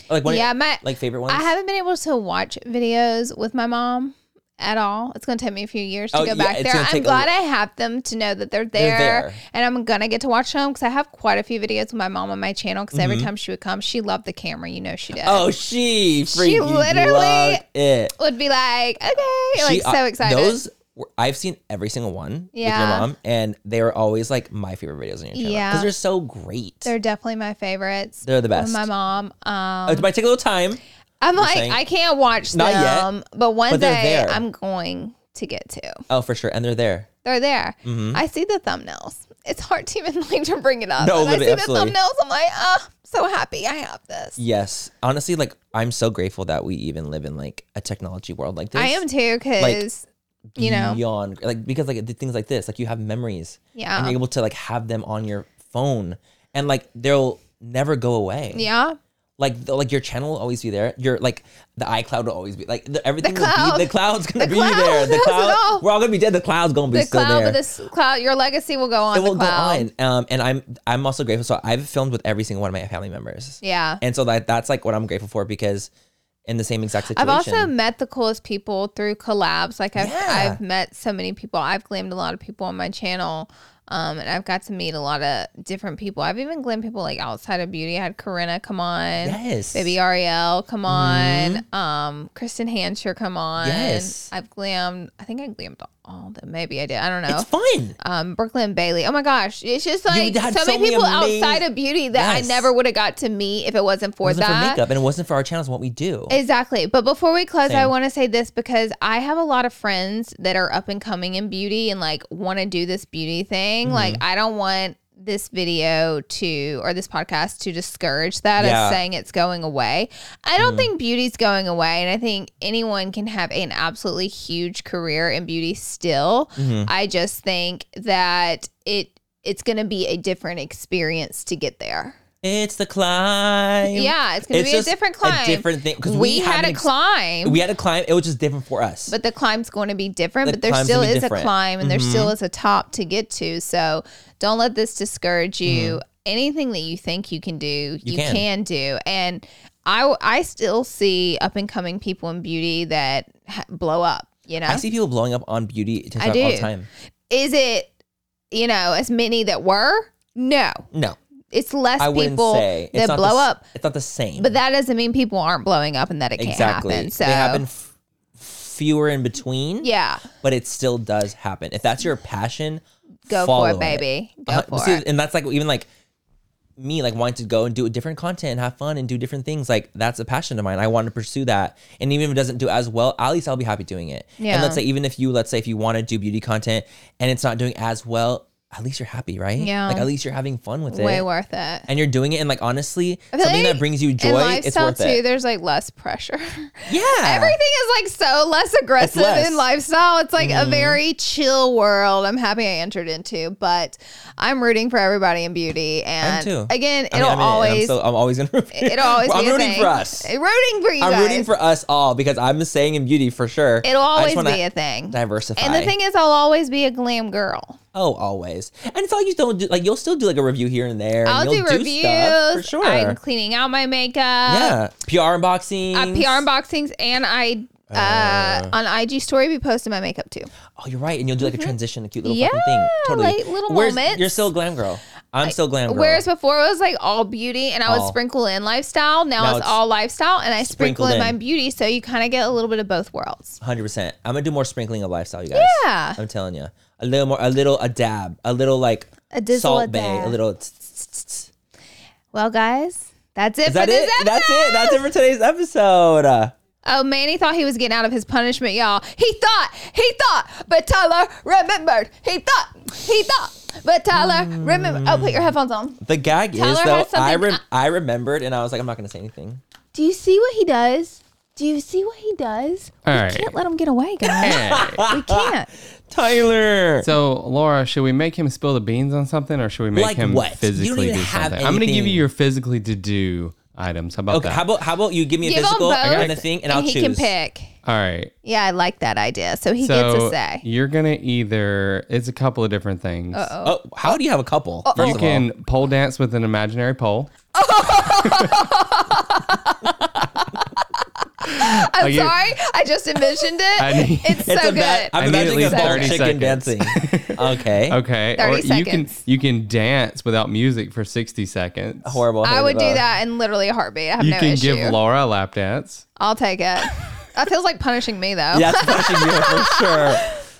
Speaker 2: Or, like one of-
Speaker 6: Yeah, my
Speaker 2: like favorite ones.
Speaker 6: I haven't been able to watch videos with my mom at all. It's going to take me a few years to
Speaker 2: Oh,
Speaker 6: go
Speaker 2: yeah,
Speaker 6: back
Speaker 2: it's
Speaker 6: there.
Speaker 2: gonna
Speaker 6: I'm
Speaker 2: take a
Speaker 6: glad
Speaker 2: li-
Speaker 6: I have them to know that they're there,
Speaker 2: They're there.
Speaker 6: and I'm going to get to watch them because I have quite a few videos with my mom on my channel because every time she would come, she loved the camera. You know she did.
Speaker 2: Mm-hmm. Oh, she freaking
Speaker 6: literally-
Speaker 2: loved it.
Speaker 6: Would be like, okay,
Speaker 2: She-
Speaker 6: like so
Speaker 2: uh,
Speaker 6: excited.
Speaker 2: Those were, I've seen every single one with
Speaker 6: Yeah.
Speaker 2: your mom, and they were always like my favorite videos on your channel
Speaker 6: Yeah.
Speaker 2: because they're so great.
Speaker 6: They're definitely my favorites.
Speaker 2: They're the
Speaker 6: With
Speaker 2: best.
Speaker 6: My mom. Um,
Speaker 2: it might take a little time.
Speaker 6: I'm like,
Speaker 2: saying-
Speaker 6: I can't watch
Speaker 2: Not yet,
Speaker 6: them, but one
Speaker 2: but they're
Speaker 6: day
Speaker 2: there.
Speaker 6: I'm going to get to.
Speaker 2: Oh, for sure, and they're there.
Speaker 6: They're there.
Speaker 2: Mm-hmm.
Speaker 6: I see the thumbnails. It's hard to even <laughs> like to bring it up.
Speaker 2: No,
Speaker 6: When I
Speaker 2: literally,
Speaker 6: see
Speaker 2: absolutely.
Speaker 6: the thumbnails. I'm like, oh, so happy I have this.
Speaker 2: Yes, honestly, like I'm so grateful that we even live in like a technology world like this.
Speaker 6: I am too, because you know,
Speaker 2: beyond like because like the things like this, like you have memories,
Speaker 6: Yeah.
Speaker 2: and you're able to like have them on your phone, and like they'll never go away.
Speaker 6: yeah,
Speaker 2: like the, like your channel will always be there. Your like the iCloud will always be like the, everything. will
Speaker 6: cloud.
Speaker 2: be, the cloud's gonna
Speaker 6: The
Speaker 2: be
Speaker 6: cloud
Speaker 2: there. The
Speaker 6: knows it
Speaker 2: cloud.
Speaker 6: all.
Speaker 2: We're all gonna be dead. The cloud's gonna be
Speaker 6: the
Speaker 2: still
Speaker 6: cloud,
Speaker 2: there.
Speaker 6: but this cloud, your legacy will go on.
Speaker 2: it
Speaker 6: the
Speaker 2: will go
Speaker 6: cloud.
Speaker 2: on. Um, and I'm I'm also grateful. So I've filmed with every single one of my family members.
Speaker 6: Yeah.
Speaker 2: And so that that's like what I'm grateful for because in the same exact situation.
Speaker 6: I've also met the coolest people through collabs. Like I've
Speaker 2: Yeah.
Speaker 6: I've met so many people. I've glammed a lot of people on my channel. Um, and I've got to meet a lot of different people. I've even glammed people like outside of beauty. I had Corinna come on.
Speaker 2: Yes. Mm-hmm.
Speaker 6: Baby Ariel come on. Um, Kristen Hancher come on.
Speaker 2: Yes.
Speaker 6: I've glammed I think I glammed all of them. Maybe I did. I don't know.
Speaker 2: It's fun.
Speaker 6: um, Brooklyn Bailey. Oh my gosh. It's just like so,
Speaker 2: had so
Speaker 6: many
Speaker 2: many
Speaker 6: people
Speaker 2: amazing-
Speaker 6: outside of beauty that I
Speaker 2: Yes.
Speaker 6: never would have got to meet if it wasn't
Speaker 2: It
Speaker 6: for
Speaker 2: wasn't for
Speaker 6: that.
Speaker 2: makeup and it wasn't for our channels and what we do.
Speaker 6: Exactly. But before we close, I
Speaker 2: Same.
Speaker 6: want to say this because I have a lot of friends that are up and coming in beauty and like want to do this beauty thing.
Speaker 2: Mm-hmm.
Speaker 6: Like, I don't want this video to or this podcast to discourage that
Speaker 2: Yeah. Mm.
Speaker 6: as saying it's going away. I don't think beauty's going away and I think anyone can have an absolutely huge career in beauty still.
Speaker 2: Mm-hmm.
Speaker 6: I just think that it it's going to be a different experience to get there.
Speaker 2: it's the climb.
Speaker 6: Yeah, it's going to be a
Speaker 2: just
Speaker 6: different climb.
Speaker 2: A different thing because
Speaker 6: we,
Speaker 2: we,
Speaker 6: had
Speaker 2: haven't
Speaker 6: a
Speaker 2: ex-
Speaker 6: climb.
Speaker 2: We had a climb. It was just different for us.
Speaker 6: but the climb's going to be different.
Speaker 2: The
Speaker 6: but there
Speaker 2: climb's
Speaker 6: still
Speaker 2: gonna be
Speaker 6: is a
Speaker 2: different. Mm-hmm.
Speaker 6: climb, and there still is a top to get to. So don't let this discourage you. Anything that you think you can do, you, can.
Speaker 2: Mm-hmm. can.
Speaker 6: do. And I, I still see up and coming people in beauty that ha- blow up. You know,
Speaker 2: I see people blowing up on beauty TikTok all
Speaker 6: do.
Speaker 2: the time.
Speaker 6: is it you know as many that were? No,
Speaker 2: No,
Speaker 6: it's less
Speaker 2: I wouldn't
Speaker 6: people
Speaker 2: say
Speaker 6: that
Speaker 2: not the
Speaker 6: blow
Speaker 2: s-
Speaker 6: up.
Speaker 2: It's not the same.
Speaker 6: But that doesn't mean people aren't blowing up and that it can't
Speaker 2: exactly.
Speaker 6: happen. So
Speaker 2: they happen f- fewer in between.
Speaker 6: yeah,
Speaker 2: but it still does happen. If that's your passion,
Speaker 6: go for
Speaker 2: follow
Speaker 6: it, baby. Go
Speaker 2: Uh,
Speaker 6: for
Speaker 2: see,
Speaker 6: it.
Speaker 2: And that's like even like me like wanting to go and do different content and have fun and do different things. Like that's a passion of mine. I want to pursue that. And even if it doesn't do as well, at least I'll be happy doing it.
Speaker 6: Yeah.
Speaker 2: And let's say even if you let's say if you want to do beauty content and it's not doing as well, at least you're happy, right?
Speaker 6: Yeah.
Speaker 2: Like at least you're having fun with
Speaker 6: Way
Speaker 2: it.
Speaker 6: worth it.
Speaker 2: and you're doing it and like honestly,
Speaker 6: I feel
Speaker 2: something
Speaker 6: like
Speaker 2: that brings you
Speaker 6: in
Speaker 2: joy, it's
Speaker 6: lifestyle
Speaker 2: worth
Speaker 6: too.
Speaker 2: it.
Speaker 6: There's like less pressure. <laughs>
Speaker 2: Yeah.
Speaker 6: Everything is like so less aggressive
Speaker 2: less. Mm.
Speaker 6: in lifestyle. It's like a very chill world. I'm happy I entered into, but I'm rooting for everybody in beauty. And
Speaker 2: too.
Speaker 6: again,
Speaker 2: I mean,
Speaker 6: it'll
Speaker 2: I'm in it, and
Speaker 6: always
Speaker 2: I'm, so, I'm always gonna root for you.
Speaker 6: <laughs> it'll always
Speaker 2: <laughs> I'm
Speaker 6: be a
Speaker 2: rooting
Speaker 6: thing.
Speaker 2: for us.
Speaker 6: Rooting for <laughs> you
Speaker 2: I'm
Speaker 6: guys.
Speaker 2: rooting for us all because I'm saying in beauty for sure.
Speaker 6: it'll
Speaker 2: I
Speaker 6: always
Speaker 2: just wanna
Speaker 6: be a thing.
Speaker 2: Diversify.
Speaker 6: And the thing is, I'll always be a glam girl.
Speaker 2: oh, always. And it's like you don't do like you'll still do like a review here and there.
Speaker 6: I'll
Speaker 2: and you'll
Speaker 6: do reviews. uh,
Speaker 2: stuff for sure.
Speaker 6: I'm cleaning out my makeup.
Speaker 2: yeah, PR unboxing.
Speaker 6: Uh, PR unboxings, and I Uh, on IG story, we posted my makeup too.
Speaker 2: Oh, you're right. And you'll do like a transition, a cute little
Speaker 6: Mm-hmm. Yeah,
Speaker 2: fucking thing. Totally.
Speaker 6: like little
Speaker 2: Whereas-
Speaker 6: moments.
Speaker 2: You're still glam girl. I'm still glam girl.
Speaker 6: Whereas before it was like all beauty and I would
Speaker 2: All.
Speaker 6: sprinkle in lifestyle. Now,
Speaker 2: Now
Speaker 6: it's,
Speaker 2: it's
Speaker 6: all lifestyle and I sprinkle
Speaker 2: sprinkled
Speaker 6: in, my
Speaker 2: in.
Speaker 6: beauty. So you kind of get a little bit of both worlds.
Speaker 2: 100%. I'm going to do more sprinkling of lifestyle, you guys.
Speaker 6: Yeah.
Speaker 2: I'm telling you. A little more, a little, a dab, a little like
Speaker 6: A dizzle,
Speaker 2: salt
Speaker 6: a
Speaker 2: bay, a
Speaker 6: dab.
Speaker 2: little. tss, tss, tss, tss.
Speaker 6: Well, guys, that's it
Speaker 2: Is
Speaker 6: for
Speaker 2: that
Speaker 6: this
Speaker 2: it?
Speaker 6: episode.
Speaker 2: That's it. That's it for today's episode. Uh,
Speaker 6: Oh, Manny thought he was getting out of his punishment, y'all. He thought, he thought, but Tyler remembered. He thought, he thought, but Tyler remembered. Oh, put your headphones on.
Speaker 2: the gag
Speaker 6: Tyler has
Speaker 2: is though I
Speaker 6: something-
Speaker 2: rem- I remembered and I was like I'm not gonna say anything.
Speaker 6: Do you see what he does? Do you see what he does?
Speaker 3: All
Speaker 6: we
Speaker 3: right.
Speaker 6: can't let him get away, guys. we can't.
Speaker 2: Tyler.
Speaker 3: So, Laura, should we make him spill the beans on something, or should we make
Speaker 2: Like
Speaker 3: him
Speaker 2: what? You don't
Speaker 3: physically
Speaker 2: even
Speaker 3: do
Speaker 2: have
Speaker 3: something? I'm going to give you
Speaker 2: anything.
Speaker 3: your physically to do items. How about
Speaker 2: okay,
Speaker 3: that?
Speaker 2: how about how about you give me a
Speaker 6: Give 'em
Speaker 2: physical
Speaker 6: both
Speaker 2: and a thing and, I'll
Speaker 6: he
Speaker 2: choose.
Speaker 6: can pick.
Speaker 3: All right.
Speaker 6: Yeah, I like that idea. So he
Speaker 3: so
Speaker 6: gets a say.
Speaker 3: you're going to either it's a couple of different things. Uh-oh.
Speaker 2: Oh, how do you have a couple?
Speaker 6: Oh,
Speaker 2: First
Speaker 3: You
Speaker 2: of all.
Speaker 3: can pole dance with an imaginary pole.
Speaker 6: <laughs> I'm
Speaker 3: you-
Speaker 6: sorry. I just envisioned
Speaker 3: <laughs>
Speaker 6: it.
Speaker 3: I need-
Speaker 6: it's so
Speaker 2: It's a
Speaker 6: good.
Speaker 2: ba- I'm
Speaker 3: I need at
Speaker 2: imagining a
Speaker 3: least
Speaker 2: bald
Speaker 3: 30
Speaker 2: chicken dancing.
Speaker 3: <laughs> seconds.
Speaker 2: Okay.
Speaker 3: Okay.
Speaker 6: 30
Speaker 3: or you can
Speaker 6: seconds.
Speaker 3: you can dance without music for 60 seconds.
Speaker 2: Horrible.
Speaker 6: I
Speaker 2: hated
Speaker 6: would do
Speaker 2: both.
Speaker 6: that in literally a heartbeat. I have
Speaker 3: You
Speaker 6: no
Speaker 3: can
Speaker 6: issue.
Speaker 3: give Laura a lap dance.
Speaker 6: I'll take
Speaker 3: <laughs>
Speaker 6: it. That feels like punishing me though.
Speaker 2: Yeah, That's punishing you
Speaker 6: <laughs>
Speaker 2: for sure.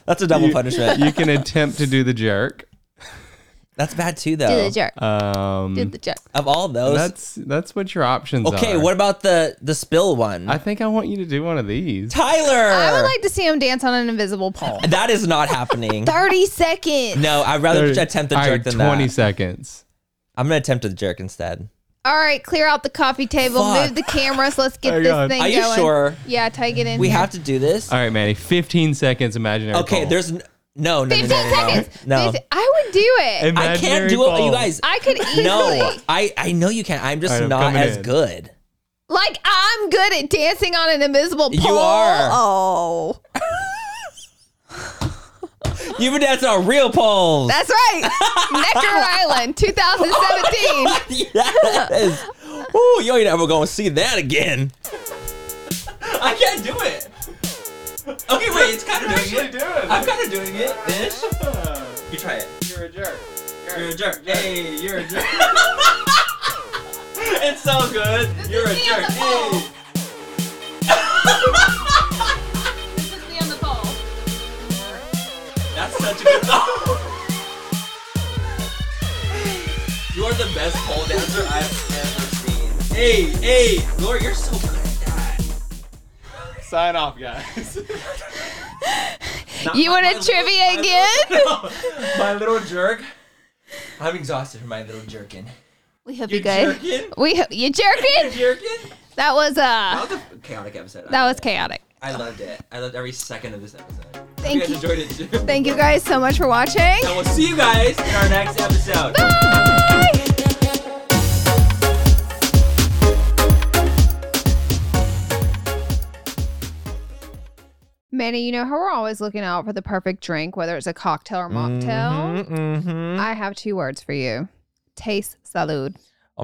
Speaker 2: That's a double punishment.
Speaker 3: You can attempt to do the jerk.
Speaker 2: That's bad too, though.
Speaker 6: Do the jerk.
Speaker 3: Um,
Speaker 6: Do the jerk.
Speaker 2: Of all those,
Speaker 3: that's that's what your options are.
Speaker 2: okay. What about the the spill one?
Speaker 3: I think I want you to do one of these.
Speaker 2: Tyler,
Speaker 6: I would like to see him dance on an
Speaker 2: <laughs>
Speaker 6: invisible pole.
Speaker 2: that is not
Speaker 6: <laughs>
Speaker 2: happening.
Speaker 6: 30 seconds.
Speaker 2: no, I'd rather attempt the
Speaker 3: All
Speaker 2: jerk
Speaker 3: right,
Speaker 2: than
Speaker 3: 20
Speaker 2: that.
Speaker 3: seconds.
Speaker 2: I'm gonna attempt the jerk instead.
Speaker 6: All right, clear out the coffee table,
Speaker 2: Fuck.
Speaker 6: move the cameras. Let's
Speaker 3: <laughs>
Speaker 6: get
Speaker 3: Oh,
Speaker 6: this
Speaker 3: God.
Speaker 6: thing
Speaker 2: Are you
Speaker 6: going.
Speaker 2: sure?
Speaker 6: Yeah, take it in.
Speaker 2: We
Speaker 6: here.
Speaker 2: have to do this.
Speaker 3: All right, Manny. 15 seconds imaginary.
Speaker 2: Okay,
Speaker 3: pole.
Speaker 2: there's n- no no no
Speaker 6: 15
Speaker 2: no no.
Speaker 6: seconds.
Speaker 2: no.
Speaker 6: This- I would do it.
Speaker 2: I
Speaker 3: Imaginary
Speaker 2: can't do it.
Speaker 3: pole.
Speaker 2: You guys,
Speaker 6: I could
Speaker 2: <laughs>
Speaker 6: easily.
Speaker 2: no. I I know you can't. I'm just
Speaker 3: All right, I'm
Speaker 2: not
Speaker 3: coming
Speaker 2: as
Speaker 3: in.
Speaker 2: good.
Speaker 6: Like I'm good at dancing on an invisible pole.
Speaker 2: You are.
Speaker 6: Oh,
Speaker 2: You've been dancing on real poles.
Speaker 6: that's right. Necker Island, 2017.
Speaker 2: <laughs> yes. Ooh, you ain't ever gonna see that again. I can't do it. Okay, wait, it's
Speaker 3: <laughs>
Speaker 2: kind of doing it. I'm kind of doing it. Ish. You try it.
Speaker 3: You're a jerk.
Speaker 2: You're a jerk. Hey, you're a
Speaker 3: <laughs>
Speaker 2: jerk. it's so good. <laughs> You're a
Speaker 6: me on
Speaker 2: jerk.
Speaker 6: the pole.
Speaker 2: Hey.
Speaker 6: this is me on the pole.
Speaker 2: That's such a good. you are the best pole dancer I've ever seen. Hey, hey, Laura, you're so good at that.
Speaker 3: Sign off, guys.
Speaker 2: Not
Speaker 6: You
Speaker 2: my-
Speaker 6: want
Speaker 2: my
Speaker 6: a
Speaker 2: little-
Speaker 6: trivia
Speaker 2: my <laughs>
Speaker 6: again?
Speaker 2: little- no, my little jerk. I'm exhausted from my little jerkin.
Speaker 6: We hope you
Speaker 2: You
Speaker 6: guys.
Speaker 2: jerkin?
Speaker 6: We ho- you jerking?
Speaker 2: Jerkin?
Speaker 6: That was uh,
Speaker 2: That was a chaotic episode.
Speaker 6: that
Speaker 2: I
Speaker 6: was
Speaker 2: loved it.
Speaker 6: chaotic.
Speaker 2: I loved it. I loved every second of this episode. Hope
Speaker 6: Thank
Speaker 2: you.
Speaker 6: you.
Speaker 2: guys enjoyed it too.
Speaker 6: Thank you guys so much for watching.
Speaker 2: And we'll see you guys in our next episode.
Speaker 1: Manny, you know how we're always looking out for the perfect drink, whether it's a cocktail or
Speaker 2: Mm-hmm.
Speaker 1: mocktail? I have two words for you. Taste salud.
Speaker 2: Oh